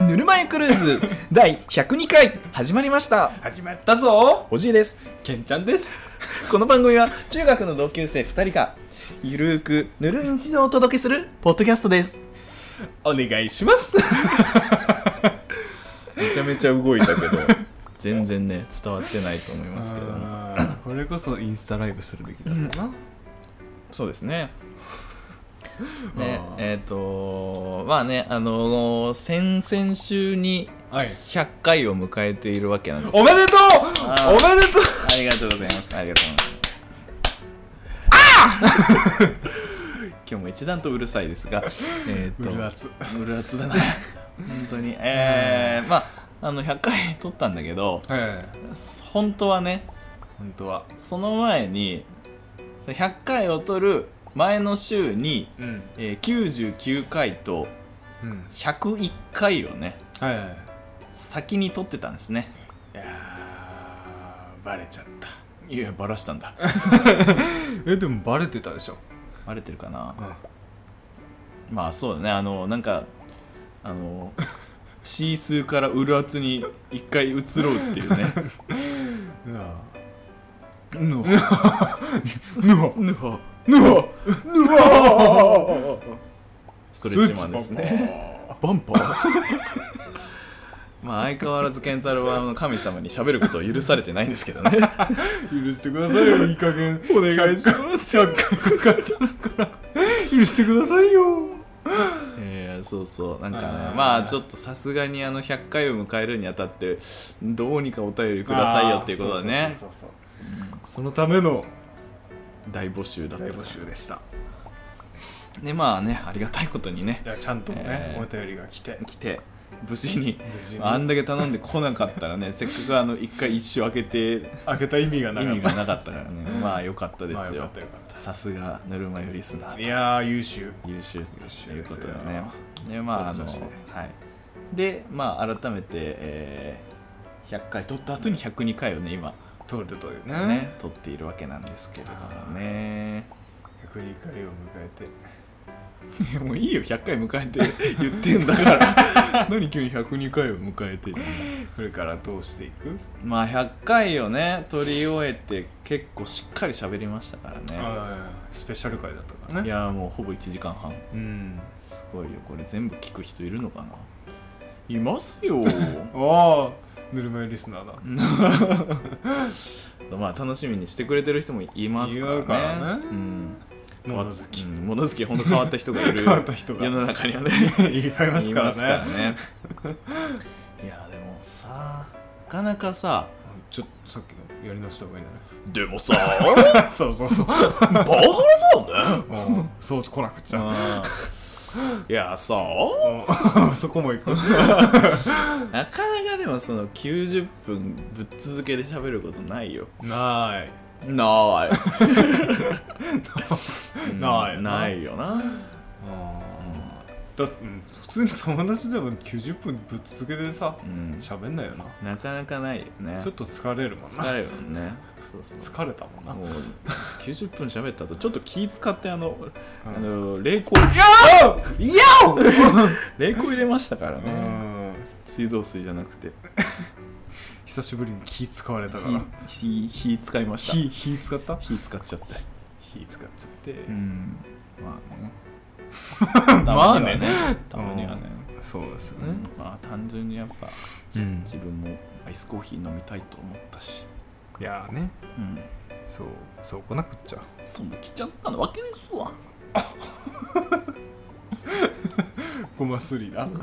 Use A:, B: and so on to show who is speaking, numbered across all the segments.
A: ぬるま湯クルーズ第102回始まりました
B: 始まったぞ
A: おじいです
B: けんちゃんです
A: この番組は中学の同級生2人がゆるーくぬるい日常をお届けするポッドキャストです
B: お願いします
A: めちゃめちゃ動いたけど全然ね伝わってないと思いますけども
B: これこそインスタライブするべきだな、
A: そうですねね
B: あー
A: えっ、とまあねあのー先々週に
B: はい
A: 100回を迎えているわけなんですけど
B: おめでとう
A: あー
B: おめでとう
A: ありがとうございます。ありがとうございます。ああ 今日も一段とうるさいですが、えー、と
B: うるあつ
A: うるあつ だな。本当に。えー、まあ、あの、100回撮ったんだけど、
B: ええ
A: 本当はね、
B: 本当は
A: その前に、100回を撮る前の週に、
B: うん
A: えー、99回と
B: うん
A: 101回をね、
B: はいはい
A: 先に撮ってたんですね。
B: いやーバレちゃっ
A: いや、バラしたんだ。
B: たえでもバレてたでしょ
A: バレてるかな。
B: うん
A: まあそうだねあのなんかあのシースーからウルアツに一回移ろうってい うね
B: うわ
A: ぬわ
B: ぬわ
A: ぬわ
B: ぬわぬわ
A: ストレッチマンですね
B: バンパー
A: まあ相変わらず健太郎はあの神様に喋ることを許されてないんですけどね
B: 許してくださいよいい加減お願いします100回かかったから許してくださいよ
A: えー、そうそうなんかね
B: あー
A: まあちょっとさすがにあの100回を迎えるにあたってどうにかお便りくださいよっていうことでね
B: そうそうそうそうそのための
A: 大募集だった
B: 大募集でした
A: でまあねありがたいことにね
B: いやちゃんとね、
A: えー
B: お便りが来て
A: 来て無事に
B: 事に
A: あんだけ頼んでこなかったらねせっかくあの一回一周開けて
B: 開けた意味がな
A: 意
B: かった
A: 味がなかったからね まあ良かったで
B: まあ
A: す
B: よか
A: よ
B: ったよかっ
A: さすがぬるま湯リスナ
B: た
A: ー
B: いやー優秀
A: 優秀
B: 秀
A: ということで
B: です
A: ねでまああの
B: そうですね
A: はいでまあ改めて、えー100回撮った後に102回をね今
B: 取るというね
A: ね撮っているわけなんですけれどもね
B: 102回を迎えて
A: いやもういいよ100回迎 えて言ってんだから何急に102回を迎えて
B: これからどうしていく、
A: まあ100回をね撮り終えて結構しっかり喋りましたからね
B: あースペシャル回だったから
A: い
B: ね
A: やもうほぼ1時間半
B: うん
A: すごいよこれ全部聞く人いるのかないますよ
B: ああぬるま湯リスナーだ
A: まあ楽しみにしてくれてる人もいますからね
B: いるからね
A: うん
B: 物好き
A: うん物好きほんと変わった人がい る
B: 変わった人が
A: 世の中にはね
B: いっぱいいますからね
A: いねいやでもさなかなかさ
B: ちょっとさっきのやり直した方がいいんじ
A: でもさ
B: ゃない そうそうそう
A: バカだね
B: うん そう来なくちゃ
A: いやさ
B: うん そこも行く
A: なかなかでもその90分ぶっ続けで喋ることないよ
B: ない
A: ない
B: ない
A: ないよな
B: だってうん普通に友達でも90分ぶっ続けてさ
A: うん
B: 喋んないよな
A: なかなかないよね
B: ちょっと疲れるもんな
A: 疲れるもんねそうそう
B: 疲れたもんな
A: もう90分喋った後ちょっと気使ってあの、
B: うん
A: あの冷凍
B: い
A: いや
B: や
A: 冷凍入れましたから
B: う
A: ね
B: ん
A: 水道水じゃなくて
B: 久しぶりに気使われたから
A: 火火火使いました
B: 火火使った
A: 火使っちゃった
B: 火使っちゃって
A: うんまあね
B: まあね
A: たまにはね
B: うんそうです
A: う
B: ね
A: んまあ単純にやっぱ
B: うん
A: 自分もアイスコーヒー飲みたいと思ったし
B: いやーね
A: うん
B: そうそう来なくっちゃ
A: そんな来ちゃったのわけですわ
B: ごますりだ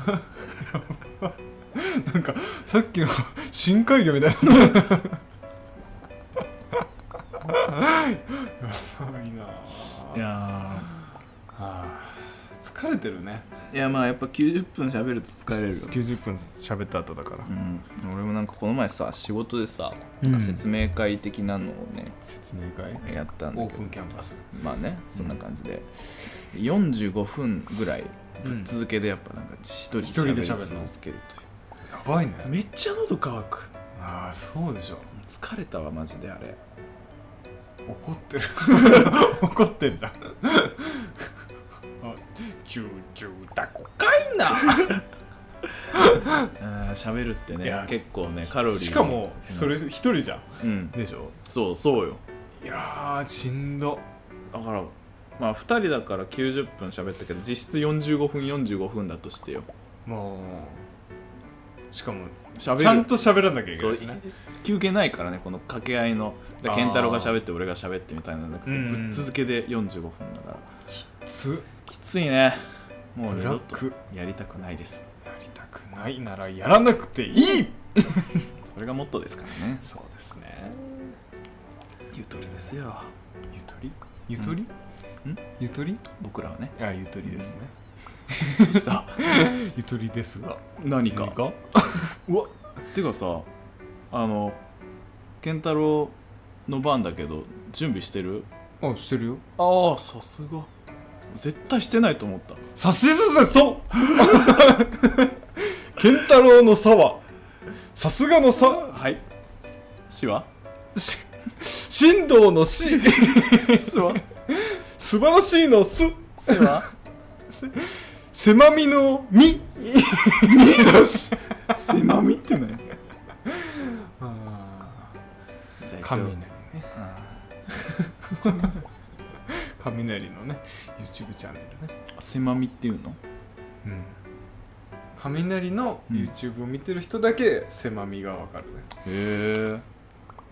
B: なんかさっきの深海魚みた いなやばいなぁ
A: いや
B: はぁ疲れてるね
A: いやまあやっぱ90分喋ると疲れるよ
B: 90分喋った後だから
A: うん、俺もなんかこの前さ仕事でさ、
B: うん
A: なんか説明会的なのをね
B: 説明会
A: やったん
B: オ
A: だ
B: ー
A: け
B: プ
A: ど
B: ンキャンパス
A: まあねそんな感じで、45分ぐらいぶっ続けでやっぱなんか一人で
B: 一人で
A: 喋り
B: 喋
A: 続
B: るの
A: けるという
B: やばいね
A: めっちゃ喉乾く
B: ああそうでしょ
A: 疲れたわマジであれ
B: 怒ってる 怒ってんじゃ ん あチューチュータコ
A: かいなうん喋るって
B: い
A: ね
B: や
A: 結構ねカロリー
B: しかもそれ
A: うん
B: 一人じゃん
A: うん
B: でしょ
A: そうそうよ
B: いやーしんど
A: だからまあ2人だから90分喋ったけど実質45分45分だとしてよ
B: もうしかも
A: 喋る
B: ちゃんと喋らなきゃいけ
A: そ
B: な
A: う
B: いしね
A: 休憩ないからねこの掛け合いのだ
B: あ
A: から
B: ー
A: 健太郎が喋って俺が喋ってみたいなのなくて
B: うんうん
A: ぶっ続けで45分だから
B: つ
A: きついねもう
B: ブ
A: 二
B: ラ
A: 度
B: ッ
A: と
B: ク
A: やりたくないです
B: やりたくないならやらなくていい
A: それがモットーですからね
B: そうですね
A: ゆとりですよ
B: ゆとりゆとり、
A: うん
B: ゆとり
A: 僕 らはね
B: あゆとりですね、
A: どうした
B: ゆとりですが
A: 何か うわてかさあの健太郎の番だけど準備してる
B: あしてるよ
A: ああさすが絶対してないと思った
B: さしすせそう健太郎の差はさすがの差
A: はい死は
B: し神道のし
A: すは
B: 素晴らしいのす
A: せ は
B: せまみのみ
A: よしせまみってねじゃあ
B: 雷
A: 一応
B: ね雷のね YouTube チャンネルね
A: あせまみっていうの
B: うん雷の
A: うん
B: YouTube を見てる人だけせまみがわかるね、
A: へえ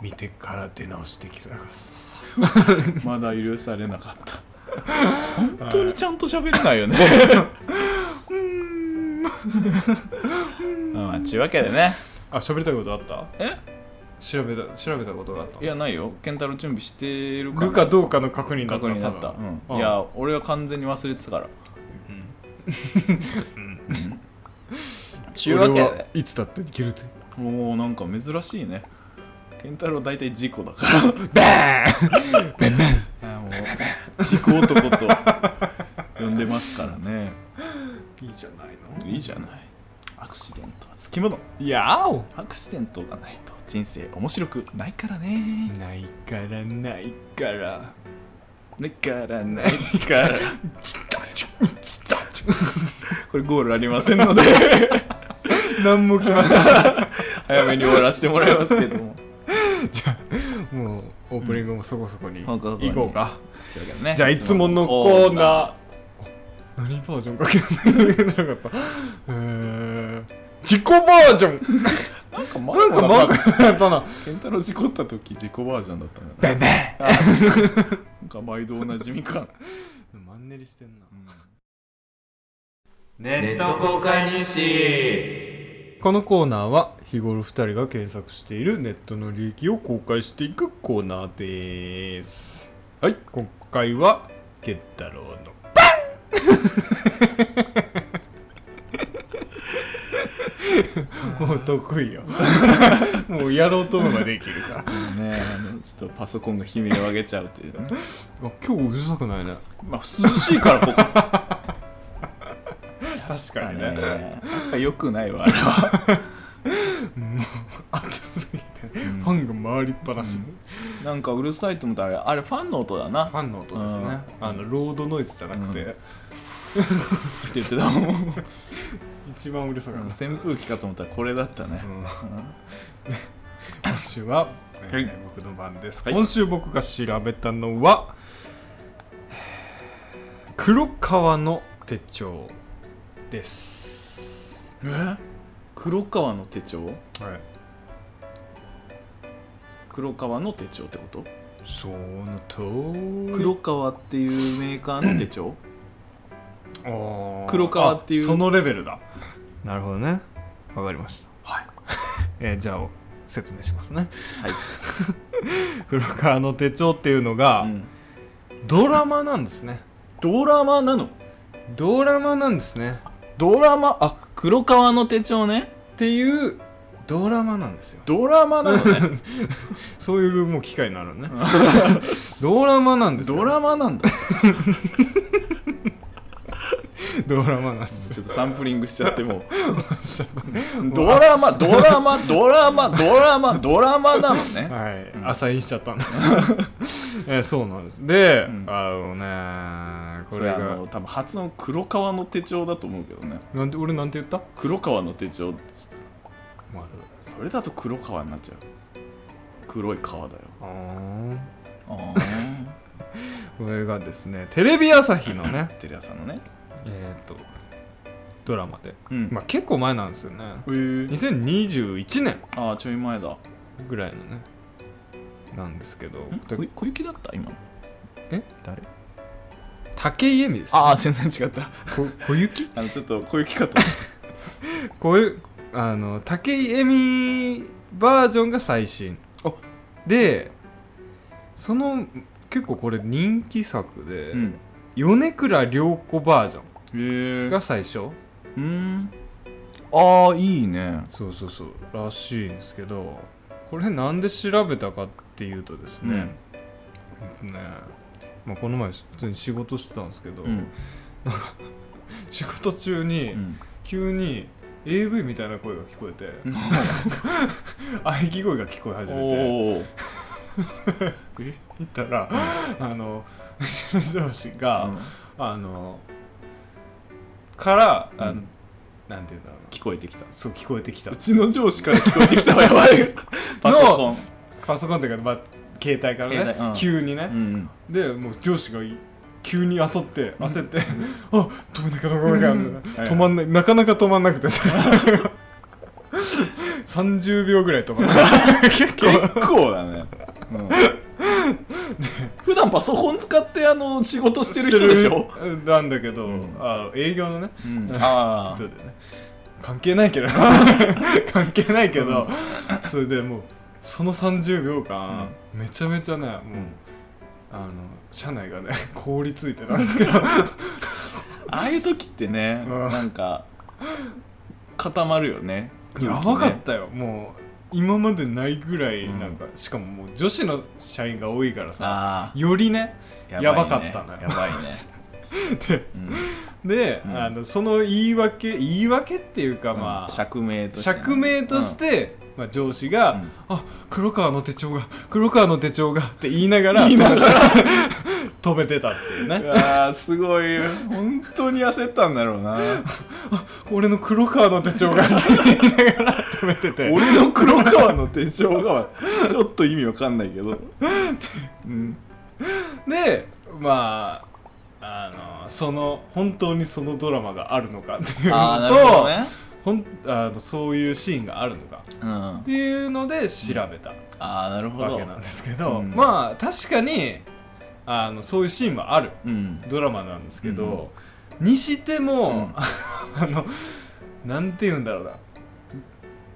B: 見てから出直してきたからさ
A: まだ許されなか った
B: 本
A: 本当にちゃんと喋れ ないよねまあちゅうわけでね
B: あ喋りたいことあった
A: え
B: 調べた調べたことがあった
A: いやないよ健太郎準備してるか
B: ルカどうかの確認だった
A: 確
B: の
A: 認だった、
B: 多分
A: うん、いや俺は完全に忘れてたから ちゅうわけ
B: 俺は
A: で
B: いつだってできるって
A: もうなんか珍しいね健太郎大体事故だから
B: バーン
A: あもう事故男と呼んでますからね
B: いいじゃない
A: いいじゃないアクシデントはつきもの
B: いやお
A: アクシデントがないと人生面白くないからね
B: ないからないから
A: だからないからこれゴールありませんの で
B: 何も決まら
A: 早めに終わらせてもらいますけども
B: んもうオープニングもそこそこに
A: そこそこに
B: 行こうか
A: というわけでね
B: じゃあいつものコーナー何バージョンかけなかったえー自己バージョン
A: なんか
B: な
A: 前
B: んか
A: もなんか
B: まだやったな
A: 健太郎事故った時自己バージョンだったん
B: ベ
A: だね
B: ンベン
A: なんか毎度おなじみ か
B: マンネリしてんな
A: ネット公開日誌
B: このコーナーは日頃2人が検索しているネットの履歴を公開していくコーナーですはい今回はケンタロウのバン もう得意よもうやろうと思えばできる から
A: ねえあのちょっとパソコンが悲鳴を上げちゃうっていうね
B: あ今日うるさくないね
A: まあ涼しいからここ
B: 確
A: だ
B: かに
A: ね
B: ね
A: やっぱ良くないわあれは
B: もう暑すぎてファンが回りっぱなし、
A: なんかうるさいと思ったらあれあれファンの音だな
B: ファンの音ですね
A: うん
B: あのロードノイズじゃなくて、
A: うって言ってたもん
B: 一番うるさかった、
A: 扇風機かと思ったらこれだったね、
B: うん
A: うん
B: 今週は、えー
A: はい
B: 僕の番です、
A: はい
B: 今週僕が調べたのは黒川の手帳です、
A: え黒川の手帳
B: はい、
A: 黒川の手帳ってこと
B: そのと
A: 黒川っていうメーカーの手帳黒
B: 黒
A: 川っていう
B: そのレベルだなるほどねわかりました
A: はい
B: えーじゃあ説明しますね
A: はい、
B: 黒川の手帳っていうのが、
A: うん
B: ドラマなんですね
A: ドラマなの
B: ドラマなんですね
A: ドラマあ黒川の手帳ね
B: っていうドラマなんですよ
A: ドラマなのね
B: そういうもう機会になるのね ドラマなんですよ
A: ドラマなんだ
B: ドラマなんです
A: ちょっとサンプリングしちゃって も
B: し
A: うドラマドラマドラマドラマドラマなのね
B: はい、
A: ん
B: アサインしちゃったんだ えそうなんですで、
A: うん
B: あのねこ
A: そ
B: れ
A: れあ
B: が
A: の多分発音黒川の手帳だと思うけどね
B: なんて俺なんて言った、
A: 黒川の手帳って言ってた
B: ま
A: それだと黒川になっちゃう黒い川だよ
B: あー
A: あ
B: これがですねテレビ朝日のね
A: テレ朝のね
B: えっとドラマで、
A: うん
B: まあ、結構前なんですよね
A: えー、
B: 2021年
A: ああちょい前だ
B: ぐらいのねなんですけど
A: ん小小雪だった今の
B: え
A: 誰
B: 竹井絵美です、ね、
A: ああ全然違った
B: こ小雪
A: あのちょっと小雪かと思っ
B: こういうあの武井絵美バージョンが最新
A: あ
B: でその結構これ人気作で、
A: たうん
B: 米倉涼子バージョ
A: へえ
B: ン
A: ー、
B: が最初
A: うーんああいいね
B: そうそうそうらしいんですけどこれなんで調べたかっていうとですね、えっとねまあ、この前普通に仕事してたんですけど、
A: うん、
B: 仕事中に急に AV みたいな声が聞こえて、 喘ぎ声が聞こえ始めて
A: おお え
B: 行ったら、あのうちの上司が、
A: うん
B: あのから、あの
A: うん
B: なんていうんだろうな
A: 聞こえてきた
B: そう聞こえてきた
A: うちの上司から聞こえてきたわやばいパソコン
B: パソコンっていうか、まあ、携帯からね
A: 携帯うん
B: 急にね、
A: ん
B: でもう上司が急に焦って焦って、 あ止めなきゃ止めなきゃ、
A: うん
B: 止まんないなかなか止まんなくてさ30秒ぐらい止まんない結構
A: 結構だね、うん、普段パソコン使ってあの仕事 してる人でしょ、
B: なんだけど、
A: うん
B: あ営業のね
A: うん、あ
B: そうだよね関係ないけど 関係ないけど、それでもうその30秒間、めちゃめちゃねもう、あの車内がね凍りついてたんですけど
A: ああいう時ってね、
B: うん
A: なんか固まるよね
B: やばかったよもう今までないぐらいなんか、しかももう女子の社員が多いからさ
A: あ
B: よりね
A: あ
B: やばかったのよ
A: やばいね
B: で
A: うん
B: で、
A: うん
B: あのその言い訳言い訳っていうかまあ、
A: うん釈明としてね
B: 釈明として、まあ、上司が、
A: うん
B: あ黒川の手帳が黒川の手帳がって言いながら
A: 言いなが
B: 止めてたっていう
A: うんう
B: ね
A: わーすごい本当に焦ったんだろうな
B: 俺の黒川の手帳がって言いながら止めてて
A: 俺の黒川の手帳がちょっと意味わかんないけど、うん、
B: でまああのその本当にそのドラマがあるのかっていうの
A: ああなるほ
B: と
A: どね
B: ほんあのそういうシーンがあるのか
A: うん、あ
B: っていうので調べた
A: あなるほ
B: わ
A: ど
B: けなんですけど、
A: うん
B: まあ確かにあのそういうシーンはある
A: うん
B: ドラマなんですけど、にしても、
A: うん
B: あのなんて言うんだろう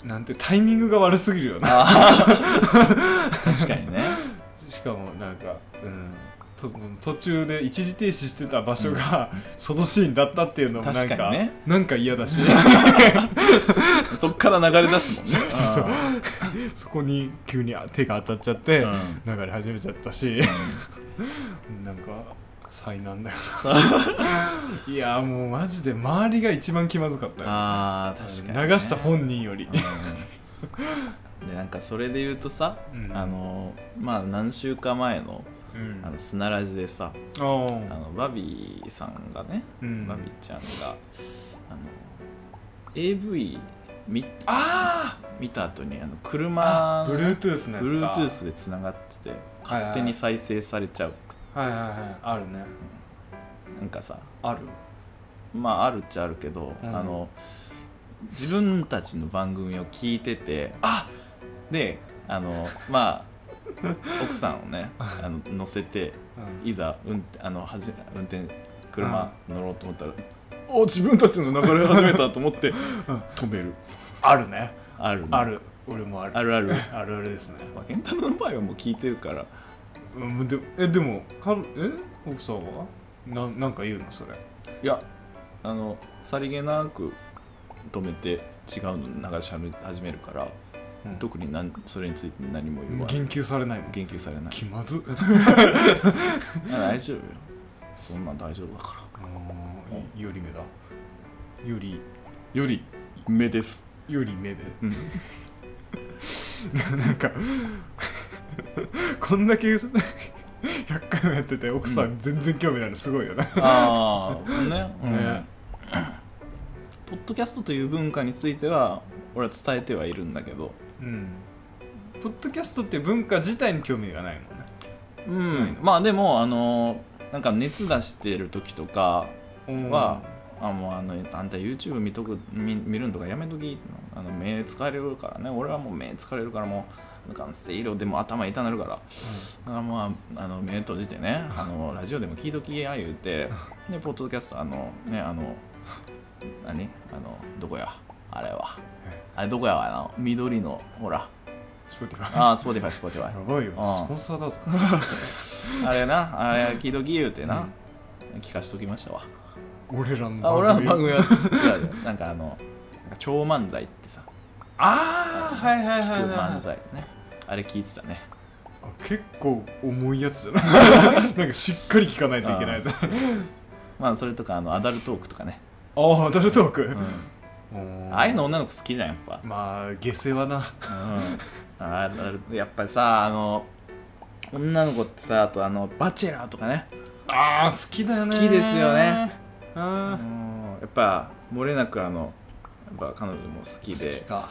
B: ななんてタイミングが悪すぎるよな
A: あー確かにね
B: しかもなんか、うん、と途中で一時停止してた場所が、そのシーンだったっていうのもなんか
A: 確かにね
B: なんか嫌だし
A: そっから流れ出すもんね
B: そう そうそう
A: あー
B: そこに急に手が当たっちゃって、
A: うん
B: 流れ始めちゃったし、なんか災難だよないやもうマジで周りが一番気まずかったよ
A: あー確かにね、
B: 流した本人より、
A: うんでなんかそれで言うとさ、
B: うん
A: あのまあ何週か前の
B: うん
A: あの砂ラジでさ、
B: お
A: あのバビーさんがね、
B: うん
A: バビーちゃんがあの AV 見
B: あ
A: 見た後にあの
B: あ
A: 車
B: ブルートゥースのやつか
A: Bluetooth でつながってて勝手に再生されちゃう、
B: はいはいはいあるね
A: なんかさ
B: ある
A: まああるっちゃあるけど、
B: うん
A: あの自分たちの番組を聞いてて
B: あ
A: であのまあ奥さんをねあの乗せていざ運転あのはじ運転車乗ろうと思ったら、お自分たちの流れ始めたと思 って止める
B: あるね
A: ある、ね、
B: ある俺もある
A: あるある
B: あるあるですね
A: まあ健太郎の場合はもう聞いてるから
B: うんでえでもかえ奥さんはななんか言うのそれ
A: いやあのさりげなく止めて違うの流し始めるか
B: う
A: ら、
B: ん
A: 特になんそれについて何も言わない
B: 言及されないの
A: 言及されない
B: 気ま ず
A: あ大丈夫よそんなん大丈夫だか
B: うんより目だより
A: らより目です
B: より目で
A: うん
B: なんかこんだけ100回もやってて奥さん全然興味ないのすごいよね、
A: ああね、うん
B: ね
A: ポッドキャストという文化については俺は伝えてはいるんだけど
B: うん、ポッドキャストって文化自体に興味がないもんね
A: うんまあでもあのなんか熱出してる時とかは、あもうあのあんた YouTube 見とく見見るんとかやめときあの目疲れるからね俺はもう目疲れるからもうなんかせいろでも頭痛なるからだからまああの目閉じてねあのラジオでも聞いときや言うてでポッドキャストあのねあの何あのどこやあれはあれどこやわな緑のほら
B: スポティファイ
A: ああスポティファイスポティファイ
B: やばいよ
A: うん
B: スポンサーだぞ
A: あれな、あれ聞いとき言うてな、聞かしときましたわ。
B: 俺らの
A: あ俺らの番組は違うよ。なんかあの、なんか超漫才ってさ、
B: ああはいはいはい
A: 聞く
B: はい
A: 漫才ね。あれ聞いてたね。
B: あ結構重いやつじゃ ないなんかしっかり聞かないといけないやつあ
A: まあそれとかあのアダルトークとかね。
B: あーアダルトーク、
A: うん
B: おー
A: ああいうの女の子好きじゃん、やっぱ。
B: まあ下世話な
A: うん、 あるやっぱりさ、あの、女の子ってさ、あとあの、バチェラーとかね。
B: ああ好きだよね
A: 好きですよねう
B: あー
A: んやっぱ、漏れなくあの、やっぱ彼女も好き
B: 好
A: で
B: き、か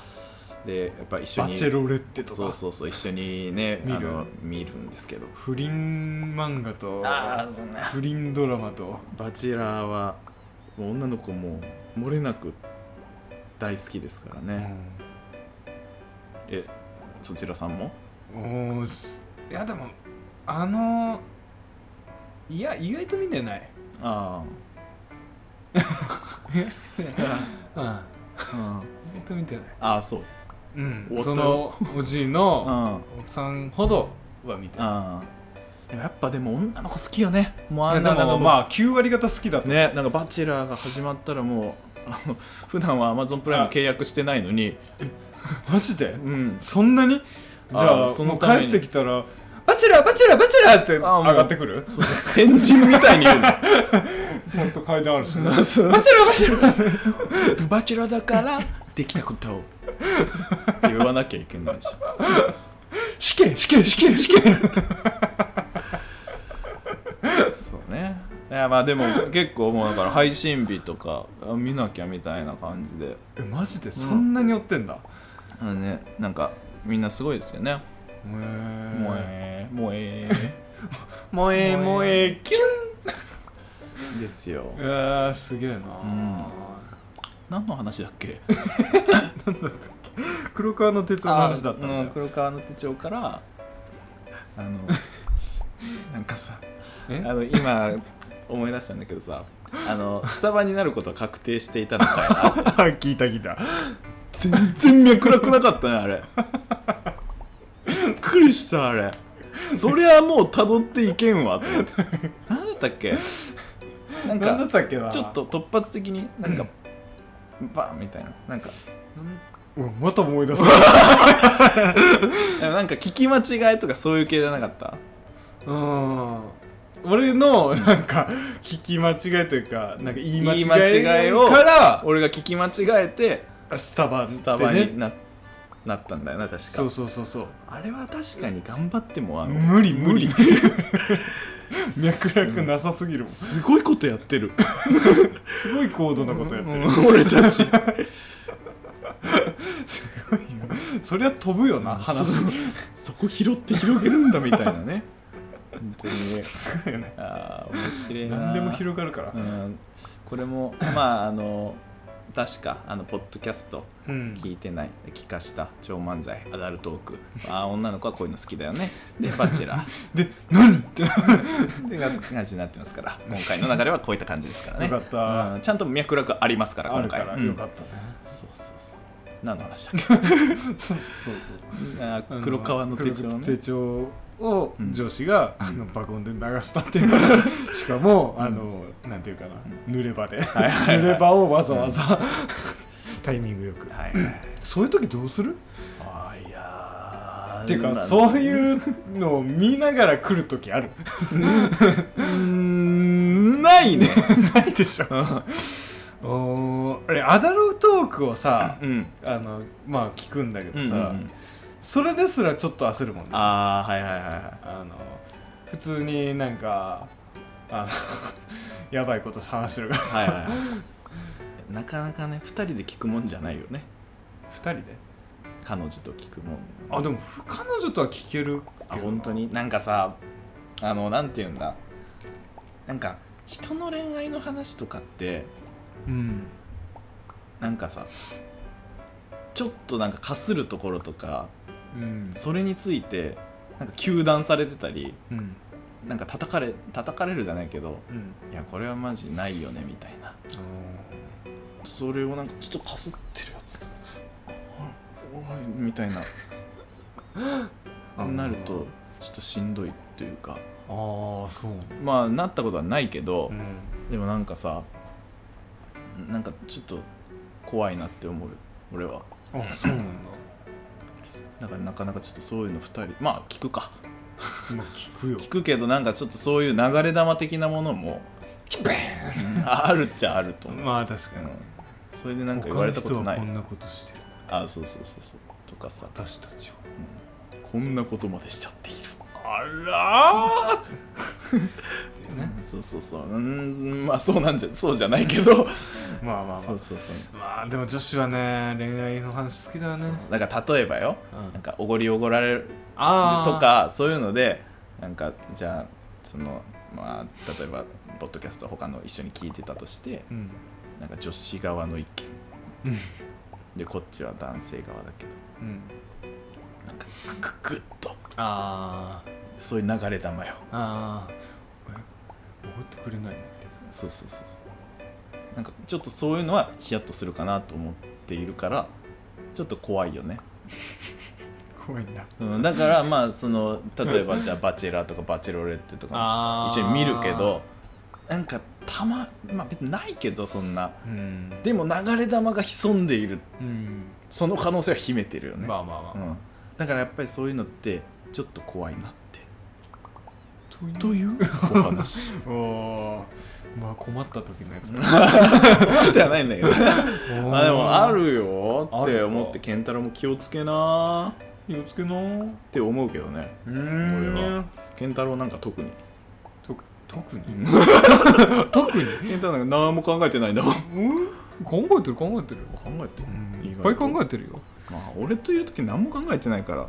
A: で、やっぱ一緒
B: バ
A: に。
B: チェロレッテと
A: そう
B: か
A: そうそう一緒にね
B: 見る
A: あの見るんですけど
B: 不倫漫画と
A: ああそんな
B: 不倫ドラマと
A: バチェラーはもう女の子も漏れなく大好きですからね、えそちらさんも
B: うんおーすいやでもあのいや意外と見てない
A: あ
B: うん意
A: あ、うん、
B: 外と見てない
A: ああそう
B: うん
A: 終わった
B: その
A: よ
B: おじい
A: うん
B: の
A: あ
B: 奥さんほどは見てない
A: あでもやっぱでも女の子好きよねもう
B: あ
A: あ
B: で
A: んな
B: も
A: の
B: まあ9割方好きだと
A: ねなんかバチェラーが始まったらもう あの普段はアマゾンプライム契約してないのに
B: マジで
A: うん
B: そんなにじゃあ
A: あーそ
B: も
A: の
B: う
A: ため
B: 帰
A: に
B: ってきたら「バチェラーバチェラーバチェラー」って上
A: あーもう
B: がってくる
A: そうそう天神みたいに言うの
B: ちゃんと階段ある しね
A: バチェラ
B: バチェラーバチェラー
A: バチェラだからできたことを言わなきゃいけないし
B: 死刑死刑死刑死刑
A: そうねいやまあでも結構もうだから配信日とかあ見なきゃみたいな感じで
B: えマジでそんなに追ってんだ、
A: あのねなんかみんなすごいですよね
B: も
A: も
B: え
A: えもえ
B: もえもえキュ
A: ですよ
B: ンうわーすげえな、
A: ん何の話だっ け
B: 黒川の手帳の話だったんだ
A: あ
B: よ
A: うん、黒川の手帳から あのなんかさ
B: え
A: あの今思い出したんだけどさあのスタバになることは確定していたのかよ
B: 聞いた聞いた
A: 全然脈絡なかったねあれ びっくりしたあれそりゃもうたどっていけんわと思って何だったっけな
B: 何
A: ん
B: だ
A: か
B: ったっけな
A: ちょっと突発的になんかバンみたいななんか
B: うんまた思い出した
A: でもなんか聞き間違えとかそういう系じゃなかった
B: うん俺のなんか聞き間違いというかなんか言い間違い
A: 言い間違いを
B: から
A: 俺が聞き間違えて
B: スタバってね
A: スタバにな,、なったんだよな確か
B: そうそうそうそう
A: あれは確かに頑張ってもあの
B: 無理無理 脈
A: す
B: 絡なさすぎるもんす
A: すごいことやってる
B: ごい高度なことやってる
A: 俺たち
B: そりゃ飛ぶよな話
A: そうそこ拾って広げるんだみたいなね本当に
B: すごいよね
A: ああ面白いな
B: 何でも広がるから
A: うんこれもまああの確かあのポッドキャスト
B: うん
A: 聞いてない聞かした超漫才アダルトークあー女の子はこういうの好きだよねでバチェラー
B: で何ってな
A: って感じになってますから今回の流れはこういった感じですからね
B: よかった
A: うんちゃんと脈絡ありますから
B: あ
A: 今
B: るか
A: 回
B: ら
A: うん
B: よかったね
A: そうそうそう何の話だっけ
B: そうそう
A: あ
B: そう
A: ー黒川の手帳
B: 黒
A: ね
B: 川手帳を
A: うん
B: 上司があのバコンで流したっていう しかもあのなんていうかな濡れ場で
A: いはいはい
B: 濡れ場をわざわざタイミングよく
A: はいはい
B: そういう時どうする
A: あいや
B: っていうかそう
A: う
B: いうのを見ながら来る時ある
A: んな いね
B: ないでしょおーあれアダルトークをさ
A: うん
B: あのまあ聞くんだけ
A: う
B: ど
A: ん
B: さ、それですらちょっと焦るもんね
A: ああはいはいはいはい
B: あの普通になんかあの やばいこと話してるから
A: はいはいはい なかなかね2人で聞くもんじゃないよね
B: 2人で
A: 彼女と聞くもん
B: あでもふ彼女とは聞ける
A: あ本当になんかさあのなんて言うんだなんか人の恋愛の話とかって
B: うん
A: なんかさちょっとなんかかするところとか
B: うん
A: それについてなんか糾弾されてたり
B: うん
A: なんか叩かれ叩かれるじゃないけど
B: うん
A: いやこれはマジないよねみたいな
B: あの
A: それをなんかちょっとかすってるやつおいおいみ たいな
B: あー
A: なるとちょっとしんどいっていうか
B: ああそう
A: まあなったことはないけど、
B: ん
A: でもなんかさなんかちょっと怖いなって思う俺は
B: あそうなんだ
A: だからなかなかちょっとそういうの2人まあ聞くか
B: 今聞くよ
A: 聞くけどなんかちょっとそういう流れ玉的なものも
B: キベーン
A: あるっちゃあると思う、
B: まあ確か
A: うん
B: に、
A: それでなんか言われたことな
B: 他の人はいこんなことしてる
A: あそうそうそうそうとかさ
B: 私たちは
A: こんなことまでしちゃっている
B: あらーね
A: そうそうそううーんまあそうなんじゃそうじゃないけど
B: まあまあまあ
A: そうそうそう
B: まあでも女子はね恋愛の話好きだよね
A: だから例えばよ
B: うん
A: なんかおごりおごられる
B: あー
A: とかそういうのでなんかじゃあそのまあ例えばポッドキャスト他の一緒に聞いてたとして
B: うん
A: なんか女子側の意見でこっちは男性側だけど
B: うん
A: なんかグググッと
B: あー
A: そういう流れ玉よ
B: あーえ怒ってくれないの
A: そうそうそうそうなんかちょっとそういうのはヒヤッとするかなと思っているからちょっと怖いよね、
B: 怖いんだ
A: うん、だからまあその例えばじゃあ「バチェラー」とか「バチェロレッテ」とか
B: あー
A: 一緒に見るけどなんかたままあ別にないけどそんな
B: うん
A: でも流れ玉が潜んでいる
B: うん
A: その可能性は秘めてるよね、
B: まあまあまあ、
A: うん、だからやっぱりそういうのってちょっと怖いなって
B: と
A: と
B: いう
A: いうお 話
B: おーまあ困った時のやつだ
A: ではないんだけどまあでもあるよっ
B: ある
A: て
B: か
A: 思って健太郎も気をつけなー
B: 気をつけなー
A: って思うけどね
B: う
A: 俺
B: ー
A: は
B: ん
A: 健太郎なんか特に
B: と特 に
A: 特に健太郎なんか何も考えてないんだもん考
B: うん考えてる考えてる、
A: えて
B: うん、
A: る
B: いっぱい考
A: え
B: えてるよ、
A: まあ俺といる時何も考えてないから
B: うん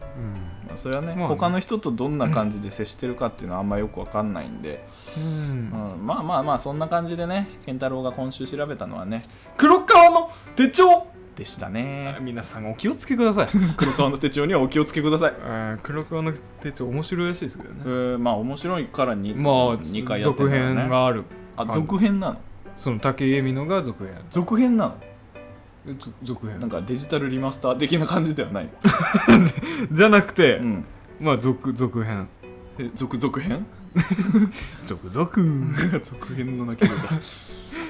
A: まあそれはね,、
B: まあね
A: 他の人とどんな感じで接してるかっていうのはあんまよくわかんないんで、
B: うん
A: うん、まあまあまあそんな感じでね健太郎が今週調べたのはね
B: 黒川の手帳
A: でしたね
B: 皆さんお気をつけくだ さい
A: 黒川の手帳にはお気をつけください
B: うん黒川の手帳面白いらしいですけどね、
A: うんまあ面白いからに、
B: まあ
A: 二回やってん
B: 続
A: だよね
B: 編がある
A: あ続編なの
B: その竹井絵美のが続編
A: 続編なの
B: えぞ続
A: なん
B: 編
A: かデジタルリマスター的な感じではない、
B: じゃなくて、
A: うん、
B: まあ続続編
A: え続々編
B: 続々
A: 続編の なければ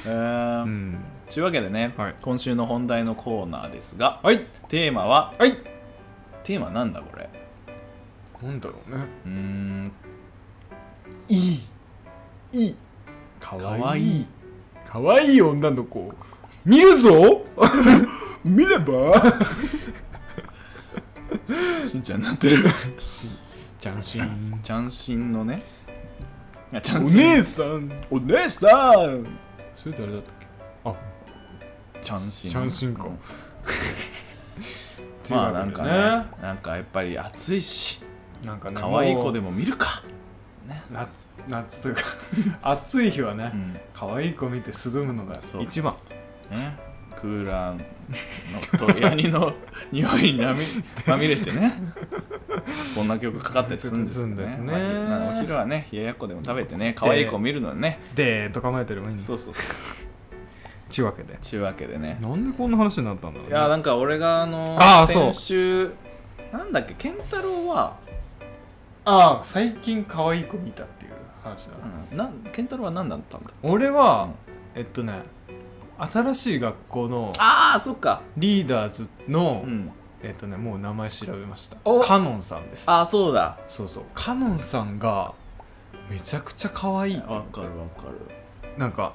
A: えー
B: うん
A: というわけでね、
B: はい
A: 今週の本題のコーナーですが
B: はい
A: テーマは
B: はい
A: テーマなんだこれ
B: なんだろうね
A: うーんいいいい
B: か
A: かわいい
B: かわいい女の子見るぞ
A: 見ればしんちゃんなって る
B: じゃんしん
A: ちゃんしんのねいやちゃ
B: お
A: んしん
B: 姉さん
A: お姉さん
B: それ誰だったっけ
A: ちゃんしん
B: ちゃんしんか
A: うまあなんかねなんかやっぱり暑いし
B: なんかね
A: 可愛い子で
B: も
A: も見るか、
B: う夏夏というか 暑い日はね、
A: うん
B: 可愛い子見て涼むのが
A: そう
B: 一番
A: ね、クーラーのとヤニの匂いにまみまみれてねこんな曲かかったりするんですよね
B: するんですね
A: まあお昼はね冷ややっこでも食べてね可愛い子見るのはね
B: でーっと構えてればいいんだ
A: そうそうそう
B: ちゅうわけで
A: ちゅうわけでね
B: なんでこんな話になったんだろう、ね、
A: いやなんか俺があの
B: あーそう
A: 先週なんだっけ健太郎は、
B: ああ最近可愛い子見たっていう話だ、
A: うん、なん健太郎は何だったんだ
B: 俺は、えっとね新しい学校の
A: ああそっか
B: リーダーズの、
A: うん
B: えっとねもう名前調べました
A: お
B: カノンさんです
A: ああそうだ
B: そうそうカノンさんがめちゃくちゃ可愛い
A: わかるわかる
B: なんか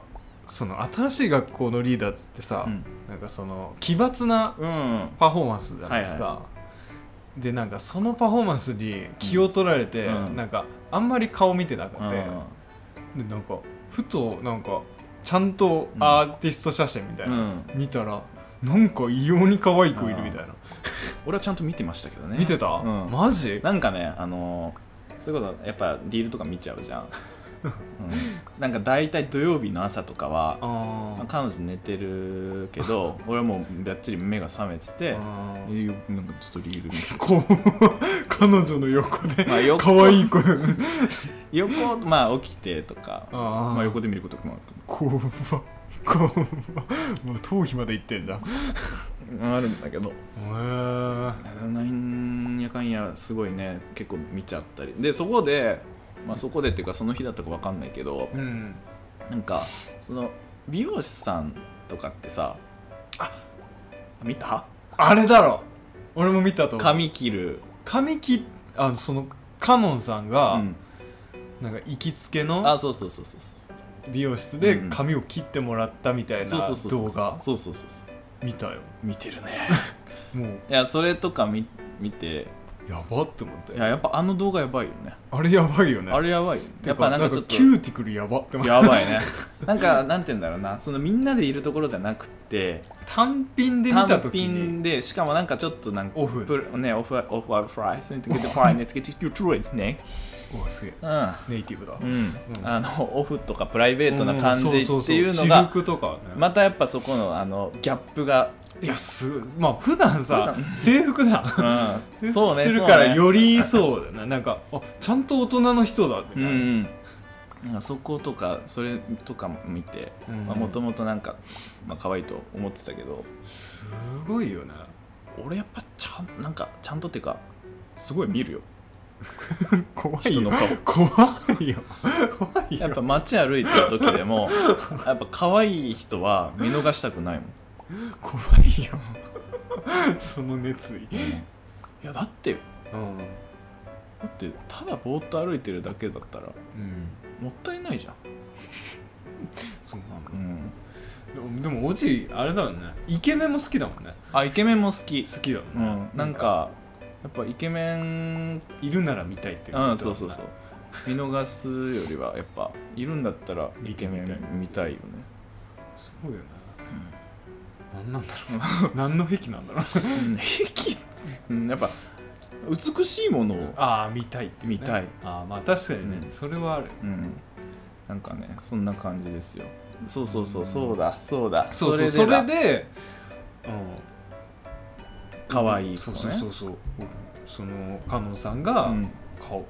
B: その新しい学校のリーダーズってさ、
A: うん、
B: なんかその奇抜な
A: うん、
B: パフォーマンスじゃないですか、
A: はい
B: でなんかそのパフォーマンスに気を取られて、
A: うん
B: なんかあんまり顔見てなくて、
A: うん
B: でなんかふとなんかちゃんと
A: うん
B: アーティスト写真みたいな、
A: うん
B: 見たらなんか異様に可愛い子いるみたいな、
A: 俺はちゃんと見てましたけどね
B: 見てた、
A: うん
B: マジ
A: なんかねあのーそういうことやっぱリールとか見ちゃうじゃん、うん、なんか大体土曜日の朝とかは
B: あ
A: まあ彼女寝てるけ ど俺はもうばっちり目が覚めてて
B: あ
A: えよなんかちょっとリール見て
B: こう 彼女の横で
A: まあ横
B: 可愛い 子
A: 横まあ起きてとか
B: あ
A: まあ、横
B: で
A: で見ることもある
B: こうばこうばもう頭皮まで行ってんじゃんへ
A: あるんだけど
B: え
A: なんやかんやすごいね結構見ちゃったりでそこで、まあ、そこでっていうかその日だったかわかんないけど
B: うん
A: なんかその美容師さんとかってさあ見た
B: あれだろ俺も見たと思う
A: 髪切る、
B: 髪切あのそのカノンさん
A: う
B: が、
A: ん、
B: なんか行きつけの
A: あそうそうそうそうそう
B: 美容室で
A: うん
B: 髪を切ってもらったみたいな
A: そうそうそうそう
B: 動画
A: そうそうそうそう
B: 見たよ
A: 見てるね
B: もう
A: いやそれとか見見て
B: やばって思って
A: いややっぱあの動画やばいよね
B: あれやばいよね
A: あれやばいよね
B: て
A: や
B: か
A: っぱなんかちょっと
B: キューティクルやばって思って
A: やばいねなんかなんて言うんだろうなそのみんなでいるところじゃなくて
B: 単品で見た
A: 単
B: 時に
A: 品でしかもなんかちょっとなんか
B: オフ
A: プロねオフオフアフライスにつけてフライにつけてキュートレイズね
B: おすげえ
A: うん
B: ネイティブだ
A: うん
B: うん
A: あのオフとかプライベートな感じ
B: んそそ
A: って
B: そ
A: いうのが
B: 私服とかね
A: またやっぱそこのあのギャップが、
B: いやすごいまあ普段さ
A: 普
B: 制服だ制
A: う
B: 服
A: ん、そう
B: 着
A: ね
B: て
A: そ
B: る
A: う
B: から
A: ね
B: よりそうだななんかあちゃんと大人の人だみ
A: う
B: たい
A: んう
B: なん
A: なんかそことかそれとかも見て
B: うん
A: もともとなんか、まあ可愛いと思ってたけど
B: すごいよね
A: 俺やっぱちゃんなんかちゃんとっていうかすごい見るよ
B: 怖い
A: 人の
B: よ
A: 顔
B: 怖いよ怖いよ
A: やっぱ街歩いてる時でもやっぱ可愛い人は見逃したくないもん、
B: 怖いよ その熱意
A: いやだってだ
B: うん、
A: ってただぼーっと歩いてるだけだったら
B: うん、
A: もったいないじゃん、
B: そうな
A: うん、
B: のでもでもおじいあれだよねイケメンも好きだもんね
A: あイケメンも好き、
B: 好きだも
A: うん
B: ね
A: ん、、なんかやっぱイケメン
B: いるなら見たいってい
A: うんそうそうそうう見逃すよりはやっぱいるんだったらイケメン見たいよね
B: すごいよね、なん、なんだろう何の癖なんだろう
A: うんやっぱ美しいものを
B: ああ見たいって、
A: 見たい
B: ああまあ確かにね、
A: うん
B: それはある
A: うん、なんかねそんな感じですよそうそうそうそうだそうだ
B: そうそうそ
A: そ
B: れで
A: れで
B: うん
A: 可愛い
B: そ
A: 子
B: う
A: ね
B: そうそうそうそのカノンさんが、
A: うん
B: 顔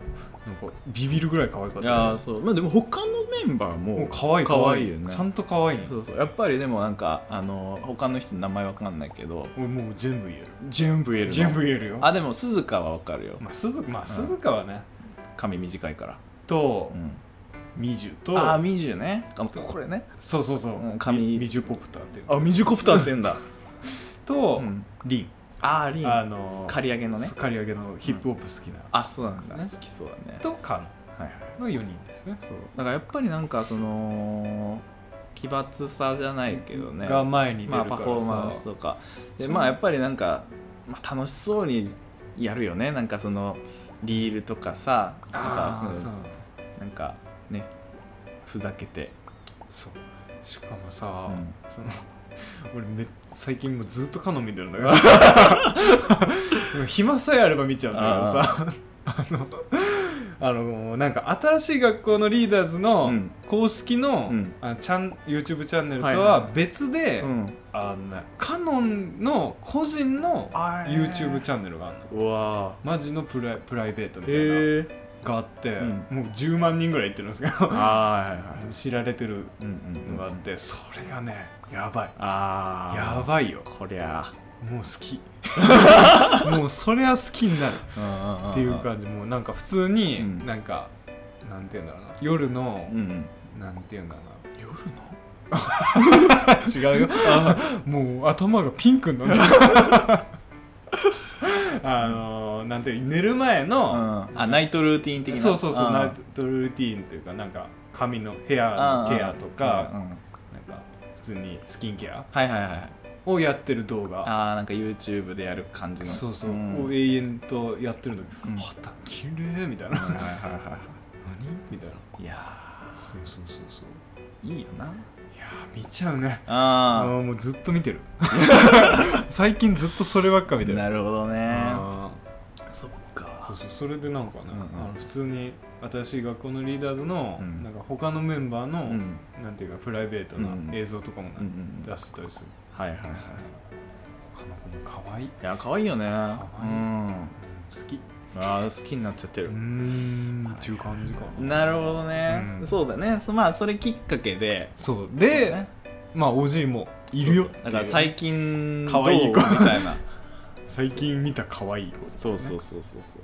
B: なんかビビるぐらい可愛かっ
A: い
B: た
A: やーそうまあでも他のメンバー
B: も
A: も
B: う可愛い
A: 可愛いよね
B: ちゃんと可愛いね
A: そうそうやっぱりでもなんかあの他の人の名前わかんないけど
B: 俺もう全部言え
A: 全部言え
B: る
A: る
B: 全部言えるよ
A: あでも鈴鹿はわかるよ
B: まあ鈴まあ、
A: ん
B: 鈴鹿はね
A: 髪短いから、
B: と
A: うん、
B: ミジュと
A: ああミジュねあこれね
B: そうそうそう、
A: うん髪
B: ミミジュコプターっていうの
A: ミジュコプターってん だ、
B: と、
A: うん、
B: リ
A: ああリ
B: ンあ
A: ン
B: のー
A: 刈り上げのね
B: 刈り上げのヒップホップ好きな、
A: あそうなんですね
B: ね
A: 好きそうだね
B: とカ
A: はいはい
B: ノの4人ですね
A: そうだからやっぱりなんかその奇抜さじゃないけどね
B: が前に出る
A: ま
B: か
A: あ、
B: らさ、
A: パフォーマンスとかで
B: そう
A: まあやっぱりなんか、まあ、楽しそうにやるよねなんかそのリールとかさなん
B: あ
A: か
B: ー
A: うん
B: そう
A: なんかねふざけて、
B: そうしかもさ、
A: うん
B: その俺め最近もうずっとカノン見てるんだ けどもう暇さえあれば見ちゃうんだけどさあのあのなんか新しい学校のリーダーズの
A: うん
B: 公式の,、
A: うん
B: あのチャン YouTube チャンネルと
A: はいはい
B: は
A: はい
B: 別で、
A: うん、
B: あのねカノンの個人の
A: あー
B: YouTube チャンネルがあるの
A: うわ
B: マジのプライプライベートみたいな、
A: へえ
B: があって、
A: うん
B: もう10万人ぐらい行ってるんですけど
A: はいはいはい
B: 知られてる
A: うんうん
B: のがあってそれがねやばい
A: ああ
B: やばいよ
A: こりゃ
B: もう好き もうそりゃ好きになる
A: っ
B: っていう感じもうなんか普通に
A: うん
B: なんか、なんて言うんだろうな夜の
A: う、ん
B: なんて言うんだろう
A: 夜の
B: な違うよもう頭がピンクになっち ゃうあのー、なんていう寝る前の、
A: うん、あナイトルーティン的な
B: そうそうそうナイ
A: ト
B: トルーティーンというかなんか髪のヘアのケアと
A: う
B: か
A: んうん
B: なんか普通にスキンケア
A: はいはいはい
B: をやってる動画
A: あーなんか YouTube でやる感じの
B: そうそう、
A: ん
B: を永遠とやってるのに、
A: うん
B: 肌綺麗みたいな、
A: はいはいはい
B: みたいない
A: や
B: そうそうそうそう
A: ーいいよない
B: やー見ちゃうねあ
A: あ
B: ーもうずっと見てる 最近ずっとそればっか見て
A: ー
B: る
A: なるほどね
B: あ
A: そっ
B: ー
A: か
B: そうそうそれでなんかね、
A: うんうん
B: あの普通に新しい学校のリーダーズの、
A: うん
B: なんか他のメンバーの、
A: うん
B: なんていうかプライベートな
A: うん
B: 映像とかもね、
A: うんうん
B: 出してたりする
A: はいはいはい
B: ですね他の子も可愛い、うん、
A: いや可愛いよね
B: 可愛い
A: うん
B: 好き
A: あー好きになっちゃってる
B: うーんっていう感じかな
A: なるほどね、
B: うん
A: そうだねそまあそれきっかけで
B: そうで、まあおじいもいるよ
A: そうそうだから最近
B: 可愛い子
A: どうみた いな
B: 最近見た可愛い子
A: そうそうそうそうそう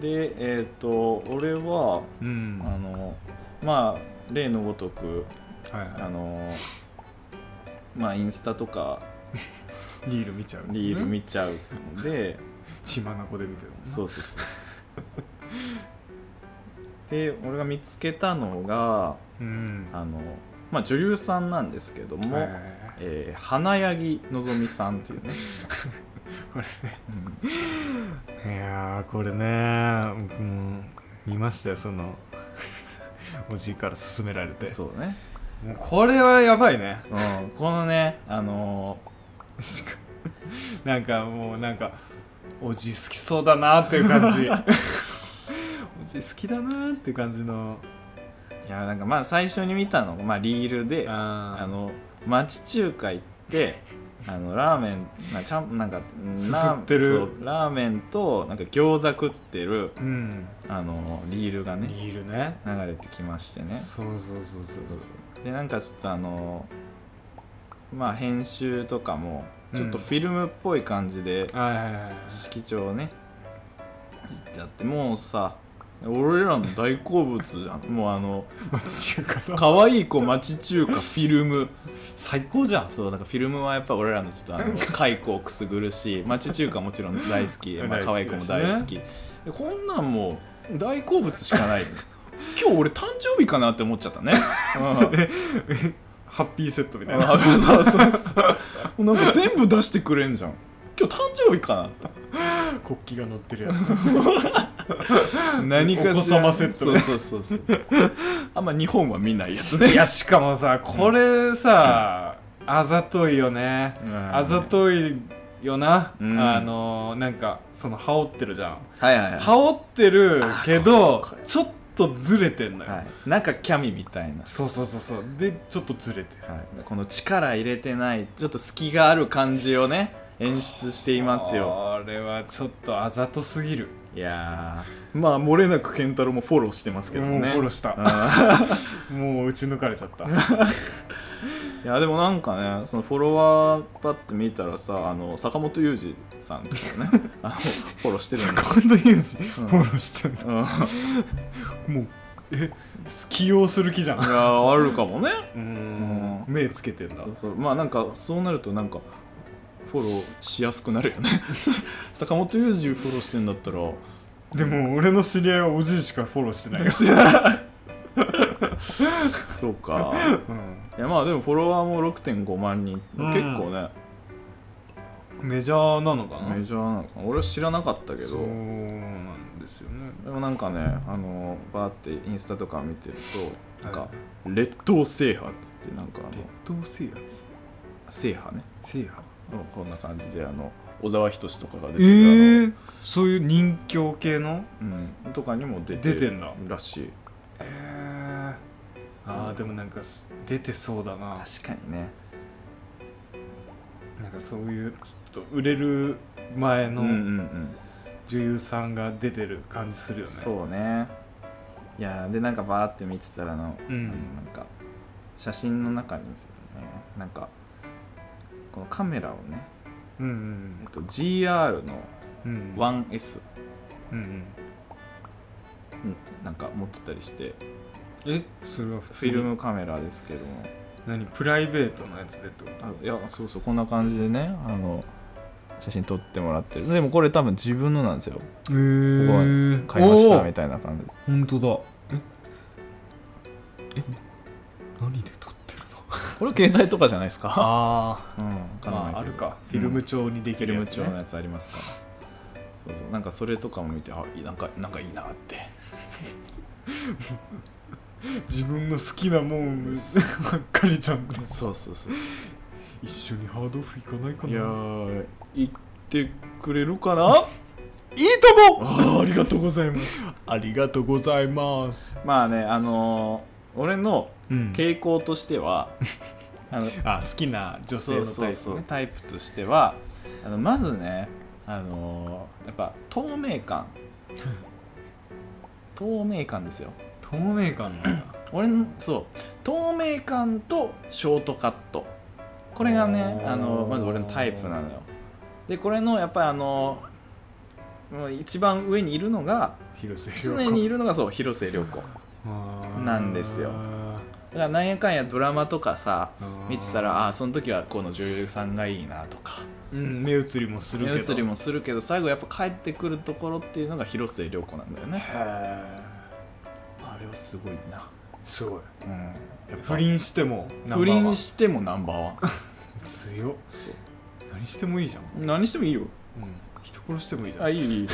A: でえっ、と俺は
B: うん
A: あのまあ例のごとく
B: はい
A: あ
B: は
A: のまあインスタとか
B: いリール見ちゃう
A: リール
B: ね
A: 見ちゃうので、
B: 血眼で見てるもんね
A: そうそう そうで俺が見つけたのが
B: うん
A: あのまあ女優さんなんですけども、
B: はいはいはい
A: えー花柳のぞみさんっていうね、
B: これねいやーこれね僕も見ましたよそ のおじいから勧められて
A: そうね、
B: もうこれはやばいね
A: うん、このねあの
B: なんかもうなんかおじ好きそうだなっていう感 じおじ好きだなっていう感じの
A: ーいやなんかまあ最初に見たのが、まあ、リールであ
B: あー
A: の町中華行って あのラーメンなちゃんなんかうん
B: すす
A: ラー
B: ってる
A: そうラーメンとなんか餃子食ってる
B: うん
A: あのリールが
B: リ
A: ね
B: ールね
A: 流れてきましてね
B: そうそうそうそうそう
A: でなんかちょっとあのまあ編集とかもちょっと
B: うん
A: フィルムっぽい感じで
B: はいはい はい
A: 色調をねやってもうさ俺らの大好物じゃんもうあの
B: 町中華だ
A: 可愛い子町中華フィルム
B: 最高じゃん
A: そうなんかフィルムはやっぱ俺らのちょっとあの蚕をくすぐる し町中華もちろん大好き、 まあ、
B: 大好きだしね
A: 可愛い子も大好き、でこんなんもう大好物しかない今日俺誕生日かなって思っちゃった ね、うん
B: ハッピーセットみたいな
A: あそうそうなんか全部出してくれんじゃん今日誕生日か
B: 国旗が乗ってるやつ
A: な
B: 何かしら
A: お子様セットねそうそうそうそうあんま日本は見ないやつ ね
B: いやしかもさこれさ、あざといよね、
A: うん
B: あざといよな、
A: うん
B: あのなんかその羽織ってるじゃん
A: はいはいは
B: 羽織ってるけど
A: これこれ
B: ちょっとずれてんの
A: い、
B: よ、
A: はい、なんかキャミみたいな、
B: そうそうそうそうでちょっとずれてる
A: はい、この力入れてないちょっと隙がある感じをね演出していますよ
B: これはちょっとあざとすぎる
A: いやーまあ漏れなく健太郎もフォローしてますけどね
B: もうフォロー
A: し
B: した、もう打ち抜かれちゃった
A: いやでもなんかねそのフォロワーパッて見たらさあの坂本雄二さんとかね あのフォローしてるんで
B: 坂本雄二、フォローしてんの
A: うん、い
B: もうえ起用する気じゃん
A: やあるかもね
B: うん目つけてんだ
A: そうそうまあなんかそうなるとなんかフォローしやすくなるよね 坂本雄二フォローしてんだったら
B: でも俺の知り合いはおじいしかフォローして ないよ、
A: そうかいやまあでもフォロワーも6.5万人、
B: うん
A: 結構ね
B: メジャーなのかな
A: メジャーなのかな俺は知らなかったけ
B: そ
A: ど
B: うなんですよね
A: でもなんかねあのバーってインスタとか見てるとなん
B: は
A: か列島制覇っつってなんかあの
B: 島制圧
A: 制覇ね
B: 制覇
A: こんな感じであの小沢仁とかが出
B: え
A: てる、
B: ー、そういう人侠系の
A: あのうん、とかにも出て
B: 出てんだ
A: らしい
B: えー、あーでもなんかす出てそうだな
A: 確かにね
B: なんかそういうちょっと売れる前
A: うんうん
B: の
A: うん
B: 女優さんが出てる感じするよね、
A: そうねいやーでなんかバーって見てたらの、
B: うん
A: あのなんか写真の中にですねなんかこのカメラをね、
B: うん
A: えっと、GR の
B: うんうんうん
A: 1S、
B: うんうん
A: うん、なんか持ってたりして
B: えそれは普
A: フ
B: 通に
A: ィルムカメラですけども
B: 何プライベートのやつでってこと
A: あいやそうそうこんな感じでねあの写真撮ってもらってるでもこれ多分自分のなんですよ
B: へえ
A: 買いましたみたいな感じ
B: 本当だええ何で撮ってるの
A: これ携帯とかじゃないですか
B: あ
A: うん
B: あ
A: わ
B: ま
A: ん
B: ああ
A: ないけ
B: る
A: ど
B: かフィルム調にで
A: フ
B: きる
A: ィ
B: や
A: ルム
B: つ、
A: 調
B: ね
A: のやつありますからそうそうなんかそれとかも見てあいいなんかなんかいいなって
B: 自分の好きなもんばっかりじゃん
A: そうそうそう
B: 一緒にハードオフ行かないか
A: いや
B: な
A: ー行ってくれるかないいと思う
B: あーありがとうございますありがとうございます
A: まあねあのー俺の
B: うん
A: 傾向として は、あの
B: あ好きな女性のタイプ
A: そうそうそうタイプとしてはあのまずねあのーやっぱ透明 感透明感ですよ
B: 透明感なんだ
A: 俺のそう透明感とショートカットこれがね
B: おー
A: あのまず俺のタイプなのよでこれのやっぱりあのもう一番上にいるのが
B: 広瀬涼子
A: 常にいるのがそう広末涼子だか
B: あー
A: なんですよ
B: あ
A: らなんやかんやドラマとかさ
B: ー
A: 見てたらあーその時はこの女優さんがいいなとか
B: うん目移りもするけど
A: 目移りもするけど最後やっぱ帰ってくるところっていうのが広末涼子なんだよね
B: へ
A: あれはすごいな、
B: ーすごい
A: うん、やっぱ
B: 不倫してもナン
A: 不
B: バーワン
A: 倫してもナンバーワン
B: 強っ
A: そう
B: 何してもいいじゃん、うん、
A: 何してもいいよ
B: 人殺してもいいじゃん
A: あ
B: 好
A: いいいい全然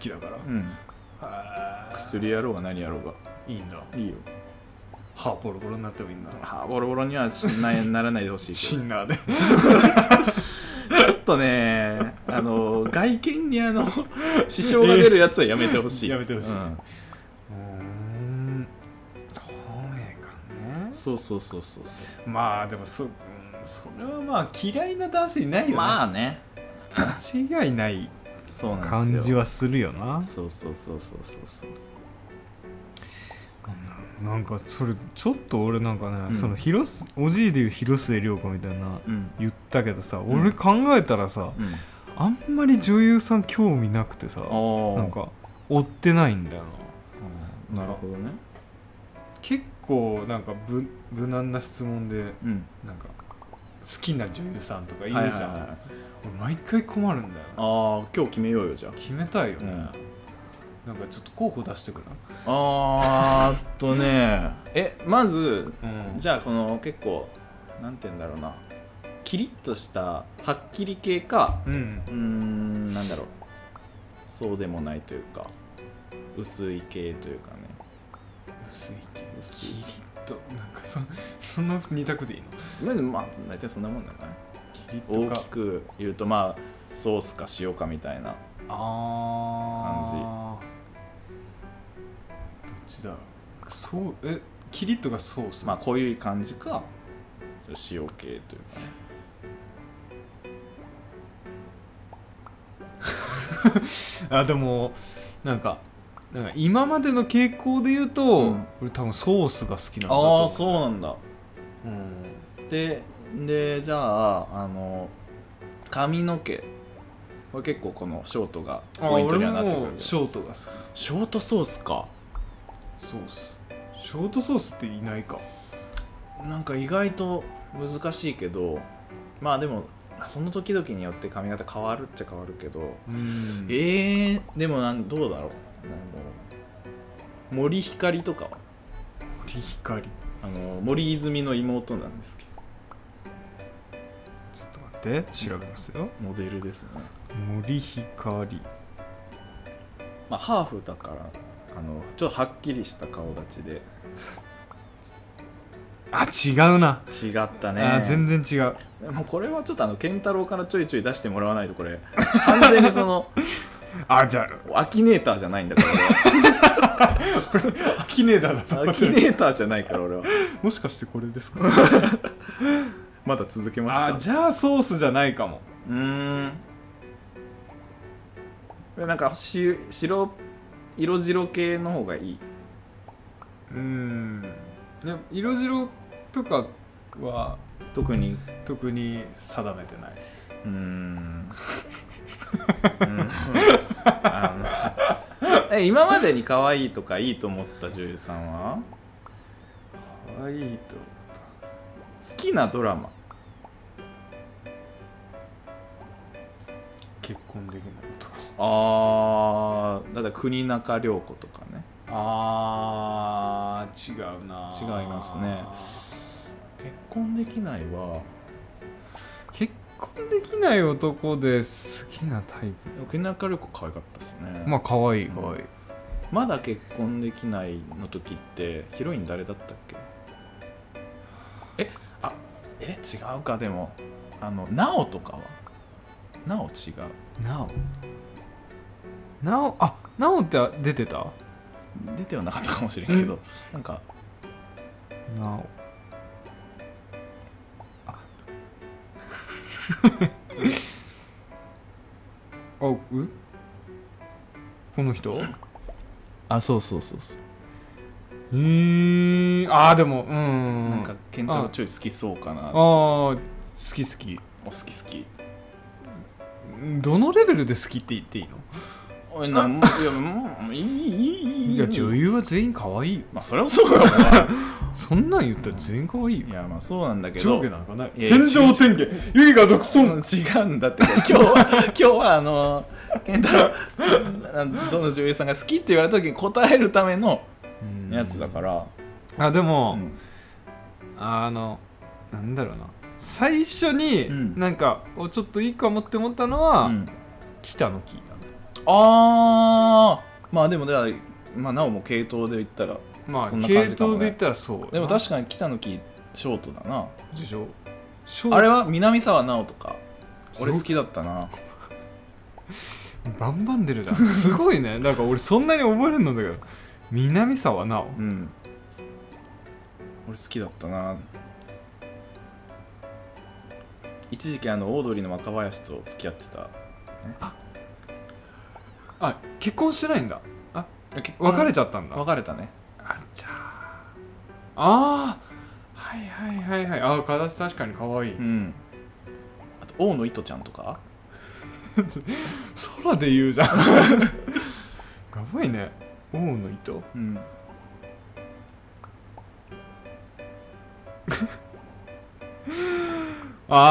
B: きだから、
A: うん
B: へー
A: 薬やろうが何やろうが
B: いいんだ
A: いいよ
B: 歯ボロボロになってもいいんだ
A: あボロボロにはしないならないでほしい
B: シ
A: けど
B: ンナーで
A: ちょっとねあの外見にあの支障が出るやつはやめてほしい
B: やめてほしい
A: うん
B: うん透明感ね
A: そうそうそうそうそう
B: まあでもそ,、うん、それはまあ嫌いな男性いないよね、
A: まあね
B: 間違いない
A: そうなんですよ
B: 感じはするよな
A: そうそうそうそうそうそう
B: なんかそれちょっと俺なんかね、
A: うん
B: その広すおじいでいう広末涼子みたいな
A: うん
B: 言ったけどさ、
A: ん
B: 俺考えたらさ
A: うん
B: あんまり女優さん興味なくてさ
A: あ
B: なんか追ってないんだよな
A: あなるほどね
B: 結構なんか無無難な質問で
A: うん
B: なんか好きな女優さんとかいるじ
A: は
B: ゃん、
A: いはいはい
B: 俺毎回困るんだよな
A: ああ今日決めようよじゃ
B: 決めたいよ
A: あ、う
B: ね、
A: ん、
B: なんかちょっと候補出してく
A: あーっとねえまず
B: れな、
A: じゃあこの結構なんて言うんだろうなキリッとしたはっきり系か
B: うん
A: うーんなんだろうそうでもないというか薄い系というかね
B: 薄いけど
A: 薄
B: キ
A: い
B: リッとなんかそその二択でいいの
A: まあでもまあ大体そんなもんじゃない
B: キリッ
A: 大
B: とか
A: きく言うとまあソースか塩かみたいな
B: あーどっちだそうえキリッとがソース
A: まあ濃い感じかそれ塩系というかね
B: あでもなんかなんか今までの傾向で言うと、
A: うん
B: 俺多分ソースが好きなんだと思
A: ああそうなんだ
B: う、うん、
A: ででじゃああの髪の毛これ結構このショートがポイントにはなってくる
B: 俺
A: け
B: も
A: ど
B: ショートが好き
A: ショートソースか
B: ソースショートソースっていないか
A: なんか意外と難しいけどまあでもその時々によって髪型変わるっちゃ変わるけど、
B: うん
A: えー、でもなんどうだろうあの森ひかりとかは
B: 森光ち
A: あの森泉の妹なんですけど
B: ょっと待って調べますよ
A: モデルですね
B: 森光
A: まあハーフだからあのちょっとはっきりした顔立ちで
B: あ違うな、
A: 違ったね
B: あー全然違う
A: もうこれはちょっとあの健太郎からちょいちょい出してもらわないとこれ完全にその
B: あじゃ
A: アキネーターじゃないんだから
B: あキネダだ
A: 俺
B: と
A: はアキネーターじゃないから俺は
B: もしかしてこれですか
A: まだ続けます
B: あ
A: か
B: じゃあソースじゃないかも
A: うーんこれなんかし白色白系の方がいい、
B: うんいや色白とかは
A: 特に
B: 特に定めてないう
A: ーんうーんあのえ今までに可愛いとかいいと思った女優さんは
B: 可愛いと思った
A: 好きなドラマ
B: 結婚できない男
A: あーだから国中涼子とかね
B: あー違うな
A: 違いますね結婚できないは
B: 結婚できない男で好きなタイプ
A: 沖縄からよく可愛かったですね
B: まあ可愛い
A: うん
B: 可愛い、
A: まだ結婚できないの時ってヒロイン誰だったっけえあえ違うかでもあのなおとかはなお違う
B: なおなおあなおって出てた
A: 出てはなかったかもしれんけどなんか
B: なおあ あうこの人
A: あそうそうそうそう
B: えー、あーでもうん
A: なんか健太郎ちょい好きそうか
B: あ
A: な
B: ー
A: お
B: 好き好き
A: 好き好き
B: どのレベルで好きって言っていいの
A: おいなんいやもういいいいいい
B: いや女優は全員可愛いよ
A: まあそれはそうだよな
B: そんなん言ったら全員可愛いよ
A: いやまあそうなんだけ
B: 上
A: ど
B: 下なんかない
A: いや
B: 天上天下ユイが独尊
A: 違うんだって 今日は今日はあの健太郎あのどの女優さんが好きって言われた時に答えるためのやつだから、
B: あでも、
A: うん
B: あのなんだろうな最初に
A: うん
B: なんか、おちょっといいかもって思ったの
A: あ
B: は、北の木だね
A: あーまあでもでは、まあ、なおも系統で言ったら
B: まあ、
A: そんな
B: 系
A: 感じかも
B: 統
A: ね
B: で言ったらそう
A: でも
B: か
A: 確かに北の木ショートだな
B: でしょショー
A: あれは南沢奈緒とか
B: そう
A: 俺好きだったな
B: バンバン出 るじゃんすごいねなんか俺そんなに覚えれんのだけど南沢奈緒
A: うん俺好きだったな一時期あのオードリーの若林と付き合ってた
B: あ結婚してないんだあ
A: 結婚
B: 別れちゃったんだ、
A: 別れたね
B: あじゃああーはいはいはいはいあー形確かに可愛い、
A: うんあと大野いとちゃんとか
B: 空で言うじゃん やばいね王の糸
A: うん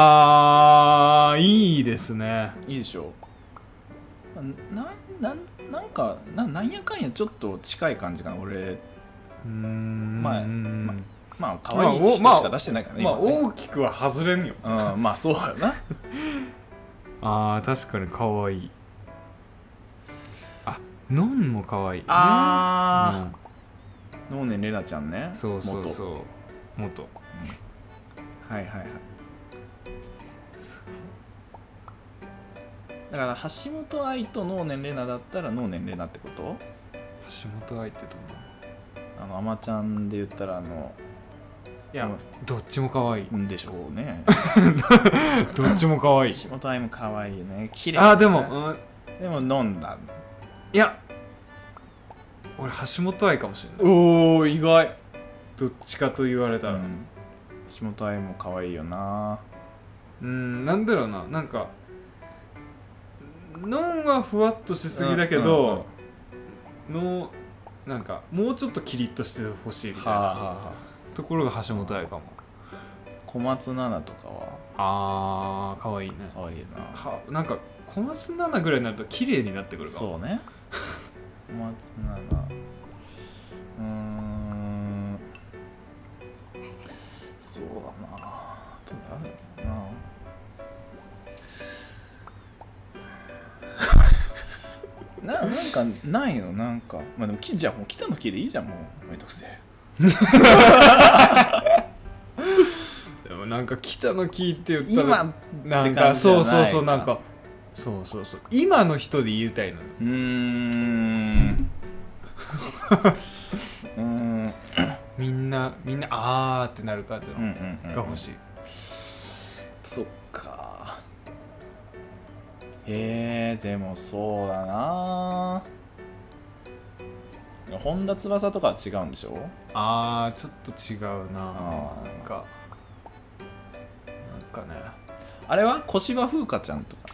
B: あーいいですね
A: いいでしょななんなんかななんやかんやちょっと近い感じかな俺
B: うーん
A: まあ
B: ま
A: まあ可愛い人し
B: まあお
A: か出してないからね,
B: ま
A: 今
B: あ
A: ね、
B: 大きくは外れんよ
A: うん、まあそうだよな
B: あー確かに可愛いあのんも可愛い
A: あ
B: あ
A: ー能年玲奈ちゃんね
B: そうそう
A: 元
B: そう元
A: はいはいはいだから橋本愛と能年玲奈だったら能年玲奈ってこと
B: 橋本愛ってどんな
A: あのアマちゃんで言ったらあの
B: いやどっちも可愛い
A: うんでしょう ね
B: どっちも可 愛い
A: 橋本愛も可愛いよね綺麗
B: あーで
A: だね
B: も、うん、
A: でも飲んだ
B: いや俺橋本愛かもしれない
A: おー意外
B: どっちかと言われたら
A: うん橋本愛も可愛いよな
B: うんなんだろうななんかノンはふわっとしすぎだけど、のなんかもうちょっとキリッとしてほしいみたい
A: はあ、はあ
B: な
A: はあ、
B: ところが橋本愛かも
A: 小松菜奈とかは
B: あーかわいいね
A: 可愛いな
B: かなんか小松菜奈ぐらいになると綺麗になってくるかも
A: そうね小松菜奈うーんそうだなあと誰だろうなななんかないのなんかまあでもきじゃあもう北の木でいいじゃんもうめんどくせえ
B: でもなんか北の木って言ったら
A: 今
B: なん
A: って感
B: か
A: じじ
B: そ
A: ゃな
B: うそ
A: い
B: うそうなんかそうそうそう今の人で言いたいのよ
A: うー んうーんうん
B: みんなみんなあーってなる感じの、
A: うんう
B: が
A: ん
B: 欲しい
A: そっかえー、でもそうだな本田翼とかは違うんでしょ
B: あーちょっと違うな
A: あー
B: なんかなんかね
A: あれは小芝風花ちゃんとか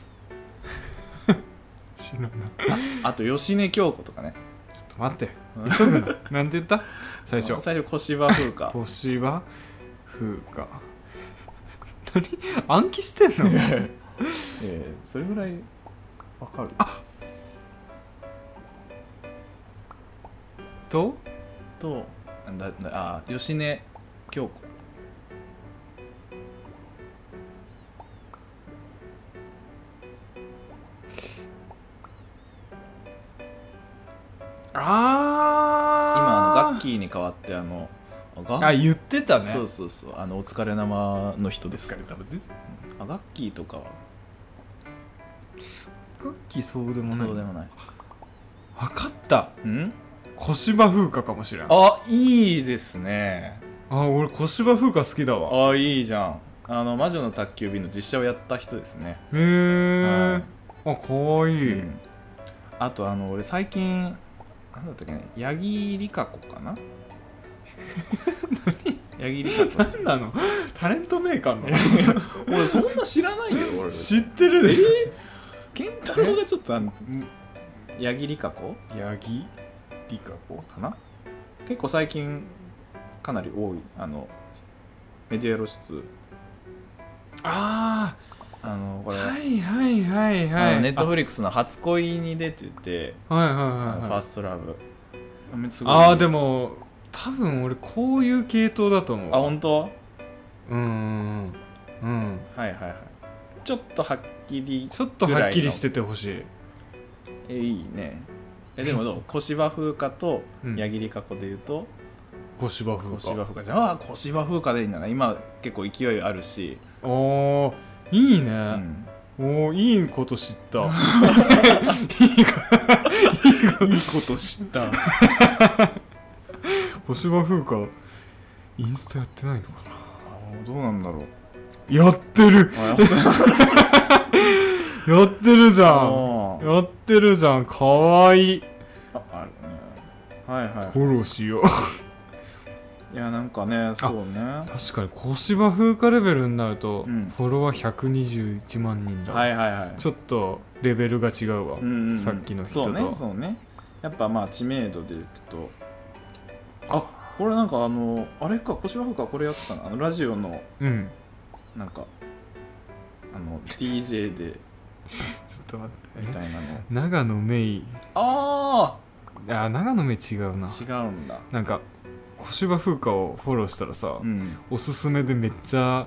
B: 知らない
A: あと芳根京子とかね
B: ちょっと待って
A: うん
B: 急ぐななんて言った最初
A: 最初小芝風 花
B: 星は風か何暗記してんの
A: えー、それぐらいわかるあ
B: と
A: となんだだあ芳根京子
B: あ
A: キーに代わってあのガ
B: あ言ってたね
A: そうそうそうあのお疲れ生の人です
B: たぶです
A: あガッキーとかは
B: クッキーそうでもない
A: そうでもない
B: 分かった
A: うん
B: 小芝風花かもしれんあ
A: あいいですね
B: 俺小芝風花好きだわ
A: あいいじゃんあの魔女の宅急便の実写をやった人ですね
B: へえあかわいい、
A: うんあとあの俺最近なんだったっけね八木里香子かな何八木里香
B: 何なのタレントメーカーの
A: 子俺そんな知らないよ俺
B: 知ってるでしょ
A: 健太郎がちょっとあの八木里香子
B: 八木
A: リカ子かな結構最近かなり多いあのメディア露出
B: あ
A: あのこ
B: あ
A: れ、
B: はいはいはい
A: あ
B: は
A: の
B: い
A: ネットフリックスの「初恋」に出てて
B: あはい
A: 「
B: は
A: あ
B: い
A: の
B: はい
A: フ
B: は
A: ァー
B: い
A: ストラブ」すごい
B: ああでも多分俺こういう系統だと思う
A: あ本当
B: うんうんうんうん
A: はいはいはいちょっとはっきり
B: ちょっとはっきりしててほしい
A: えいいねえでも どう小芝風花と
B: うん
A: 矢切か子で言うと、
B: 小芝風
A: 小芝
B: 花
A: 風花じゃんああ小芝風花でいいんだな今結構勢いあるし、
B: あーいいね、
A: うん、
B: おーいいこと知った
A: いいこと知 った
B: 小芝風花インスタやってないのか
A: どうなんだろう
B: なやってる
A: あやっぱ
B: やってるじゃん
A: あー
B: やってるじゃんかわいい
A: ああるねはいは
B: フォローしよう
A: いいやなんかねそうねは
B: 確かに小芝風花レベルになると、
A: うん
B: フォロワー121万人だ、
A: いはいはい
B: ちょっとレベルが違うわ、
A: うんうんうん
B: さっきの人と
A: そうねそうねやっぱまあ知名度でいくとあこれなんかあのあれか小芝風花これやってたなあのラジオの
B: うん
A: なんかあの DJ
B: ちょ
A: で
B: っと待っ
A: み
B: て
A: たいなの
B: 長野めい
A: あ
B: あ長野めい違うな
A: あ違うんだ
B: なんか小芝風花をフォローしたらさ、
A: うん
B: おすすめでめっちゃ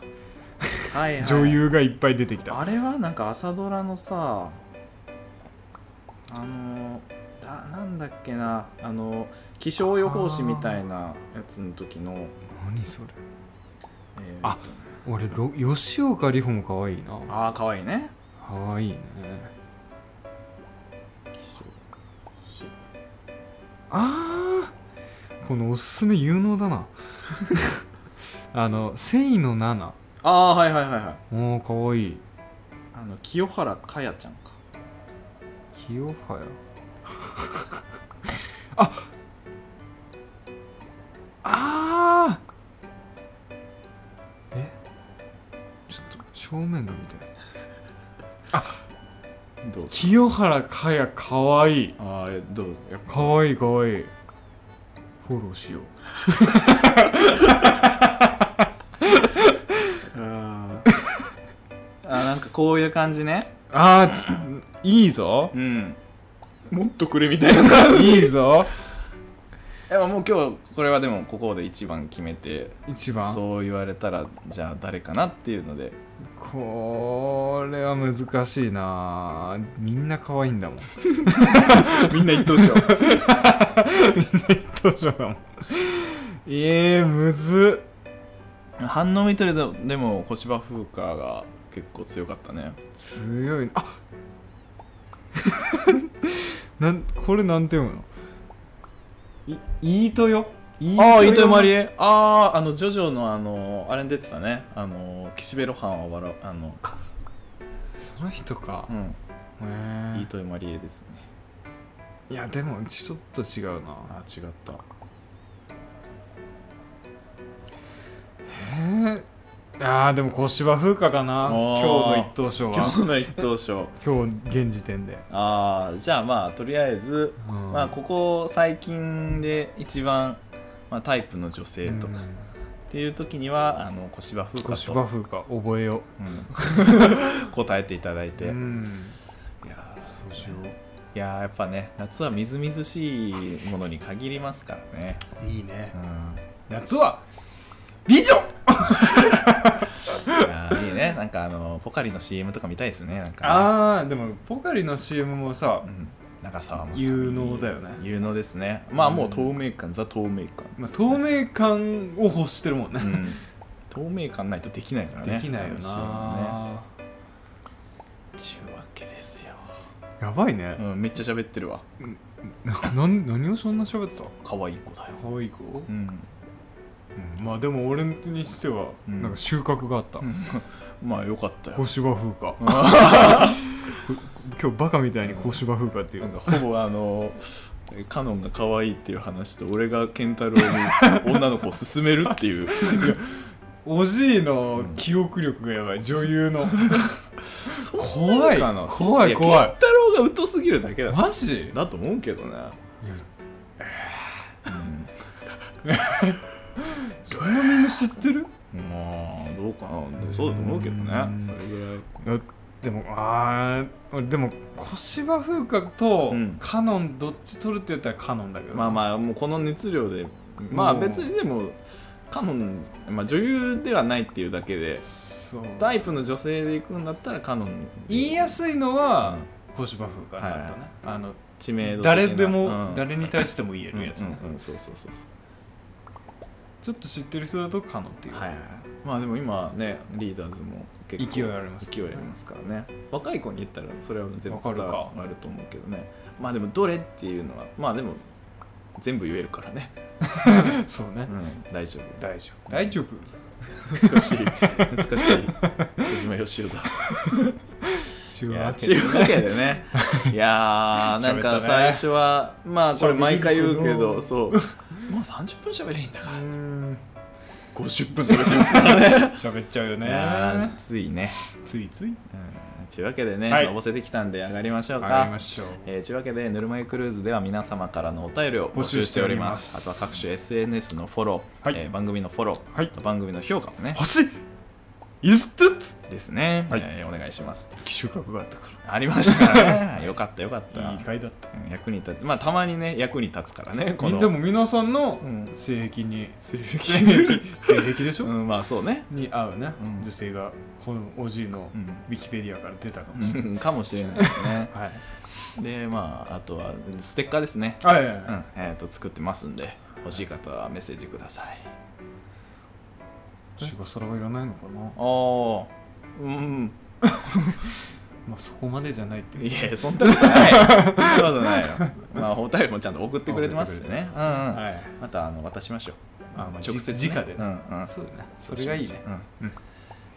A: はいはい
B: 女優がいっぱい出てきた、
A: あれはなんか朝ドラのさあのだなんだっけなあの気象予報士みたいなやつの時の
B: 何それ
A: え
B: あ
A: ーと
B: 俺ろ吉岡里帆も可愛いな
A: ああかわいいね
B: 可愛いね
A: 気象
B: あーこのおすすめ有能 だなあの「せいの七
A: ああはいはいはいはい」
B: もう可愛い
A: あの清原かやちゃんか
B: 清原 ああーえちょっと正面が見たい
A: どうぞ
B: 清原かやかわいい
A: ああどうぞやっぱ
B: かわいいかわいいフォローしよう
A: あー あーなんかこういう感じね
B: あーちいいぞ
A: うんもっとくれみたいな感
B: いいぞ
A: でももう今日これはでもここで一番決めて
B: 一番
A: そう言われたらじゃあ誰かなっていうので
B: これは難しいなみんな可愛いんだもん
A: みんな一等 賞
B: どうしようだもん えー、むずっ
A: 反応見てるとでも小芝風花が結構強かったね
B: 強いあ なんこれなんて読むのいイートよイ
A: ああ
B: よ
A: 糸井まりえあああのジョジョのあのあれに出てたねあの岸辺露伴は笑うあの
B: その人か
A: う、ん
B: へー
A: 糸井まりえですね
B: いやでもちょっと違うな
A: あー違った
B: えー、あーでも小芝風花かな
A: あー
B: 今日の一等賞
A: 今
B: は
A: 日の一等賞
B: 今日現時点で、
A: ああじゃあまあとりあえず
B: うん
A: まあここ最近で一番、まあ、タイプの女性とか、っていう時にはあの小芝
B: う
A: 風
B: ん小
A: 花
B: 芝
A: と、
B: 風花覚えよ
A: うん 答えていただいて、
B: うう
A: い
B: ん
A: や
B: そうしよ
A: ーいやーやっぱね夏はみずみずしいものに限りますからね、
B: ういいね
A: うん、
B: 夏は美女
A: いやーいいねなんかあのポカリの CM とか見たいですねなんかね
B: あーでもポカリの CM もさ
A: うん、長澤まさみ
B: 有能だよね
A: 有能ですねまあ
B: うん
A: もう透明感、ザ透明 感、
B: まあ、透明感を欲してるもんね
A: う、ん、透明感ないとできないからね
B: できないよ
A: あのシーンはね
B: な、
A: ちゅうわけですよ、
B: やばいうね、
A: ん、めっちゃ喋ってるわ
B: なん何をそんな喋った
A: 可愛い子だよ
B: 可愛い子、うん
A: うん
B: まあでも俺にしては
A: うん
B: なんか収穫があった、
A: まあよかったよ
B: 小芝風花 今日バカみたいに小芝風花っていう
A: なん
B: の
A: かほぼあのカノンが可愛いっていう話と俺がケンタロウに女の子を勧めるっていう
B: おじいの記憶力がやばい女優の 怖い
A: そうかな
B: 怖い
A: や
B: 怖い
A: ケンタロウが疎すぎるだけだ
B: マジ
A: だと思うけどね、
B: そんなみんな知ってる
A: うんまあどうかなでもそうだと思うけど
B: うん
A: ねそれぐらい
B: いやでもあー俺でも小芝風花と
A: うん
B: カノンどっち取るって言ったらカノンだけど、
A: まあまあもうこの熱量でまあ別にでもカノン、まあ、女優ではないっていうだけで
B: そう
A: タイプの女性で行くんだったらカノン
B: 言いやすいの
A: う
B: は
A: ん
B: 小芝風花なんだね、あの
A: 知名度的な
B: 誰で
A: う
B: も
A: ん
B: 誰に対しても言えるやつね、
A: うんうんうん、そうそうそうそう
B: ちょっと知ってる人だとカノンっていう、
A: はいはいはい、まあでも今ねリーダーズも結構
B: 勢いあります
A: 勢いありますからね若い子に言ったらそれは全部
B: わか
A: 伝
B: るか
A: わると思うけどねまあでもどれっていうのはまあでも全部言えるからね、
B: そうね、
A: うん、大丈夫
B: 大丈夫大丈夫
A: 懐かしい懐かしい小島よしおだ
B: 中
A: いや
B: 和
A: ちゅうわけでねいやーなん
B: 喋
A: か
B: ったね
A: 最初はまあこれ毎回言うけ
B: 喋るけ
A: ど
B: ど
A: そうもう30分喋りゃいいんだから
B: 喋
A: 50分喋ってま すからね
B: っちゃうよ
A: いやー
B: ね
A: ついね
B: ついつい
A: うんちゅうわけでね、
B: はい
A: のぼせてきたんで上がりましょう
B: 上
A: か。
B: がりましょう
A: えーちゅうわけで、ぬるま湯クルーズでは皆様からのお便りを募集しております。
B: 募集しております
A: あとは各種 SNS のフォロー、
B: はい
A: えー番組のフォロー、
B: はい
A: あと番組の評価もね、
B: 星5つ
A: ですね、
B: はい
A: えーお願いします。
B: 収穫があったか
A: ありました からね。よかったよかった。
B: らいい回だった
A: うん役に立って、まあたまにね、役に立つからね、こ
B: み
A: の。
B: でも皆さんの
A: うん
B: 性癖に
A: 性
B: 性癖性癖でし
A: う
B: ょ
A: ん、まあそうね。
B: に合うね
A: うん
B: 女性がこのおじいの
A: うん
B: ウィキペディアから出たかもしれ。
A: うん かもしれないですね
B: ない
A: で、まあ、あとはステッカーですね。
B: はいはいはいは
A: う
B: い
A: ん、えっ、と作ってますんで欲しい方はメッセージください
B: シュガサラはいらないのかな
A: おおうん
B: まあそこまでじゃないって
A: いやそんなことないそんなことないよまあお便りもちゃんと送ってくれてますし
B: 送ってくれ
A: ね
B: て
A: うん、うん
B: はい
A: またあの渡しましょう
B: あまあ
A: 直接、ね、
B: じ直で
A: う
B: ね
A: んうん
B: そうだねそれがいいね
A: う
B: うん
A: ん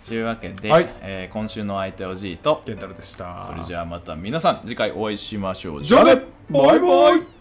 A: というわけで、
B: はい
A: えー今週の相手おじいと
B: ケンタロウでした
A: それじゃあまた皆さん次回お会いしましょう
B: じゃあねバイバイ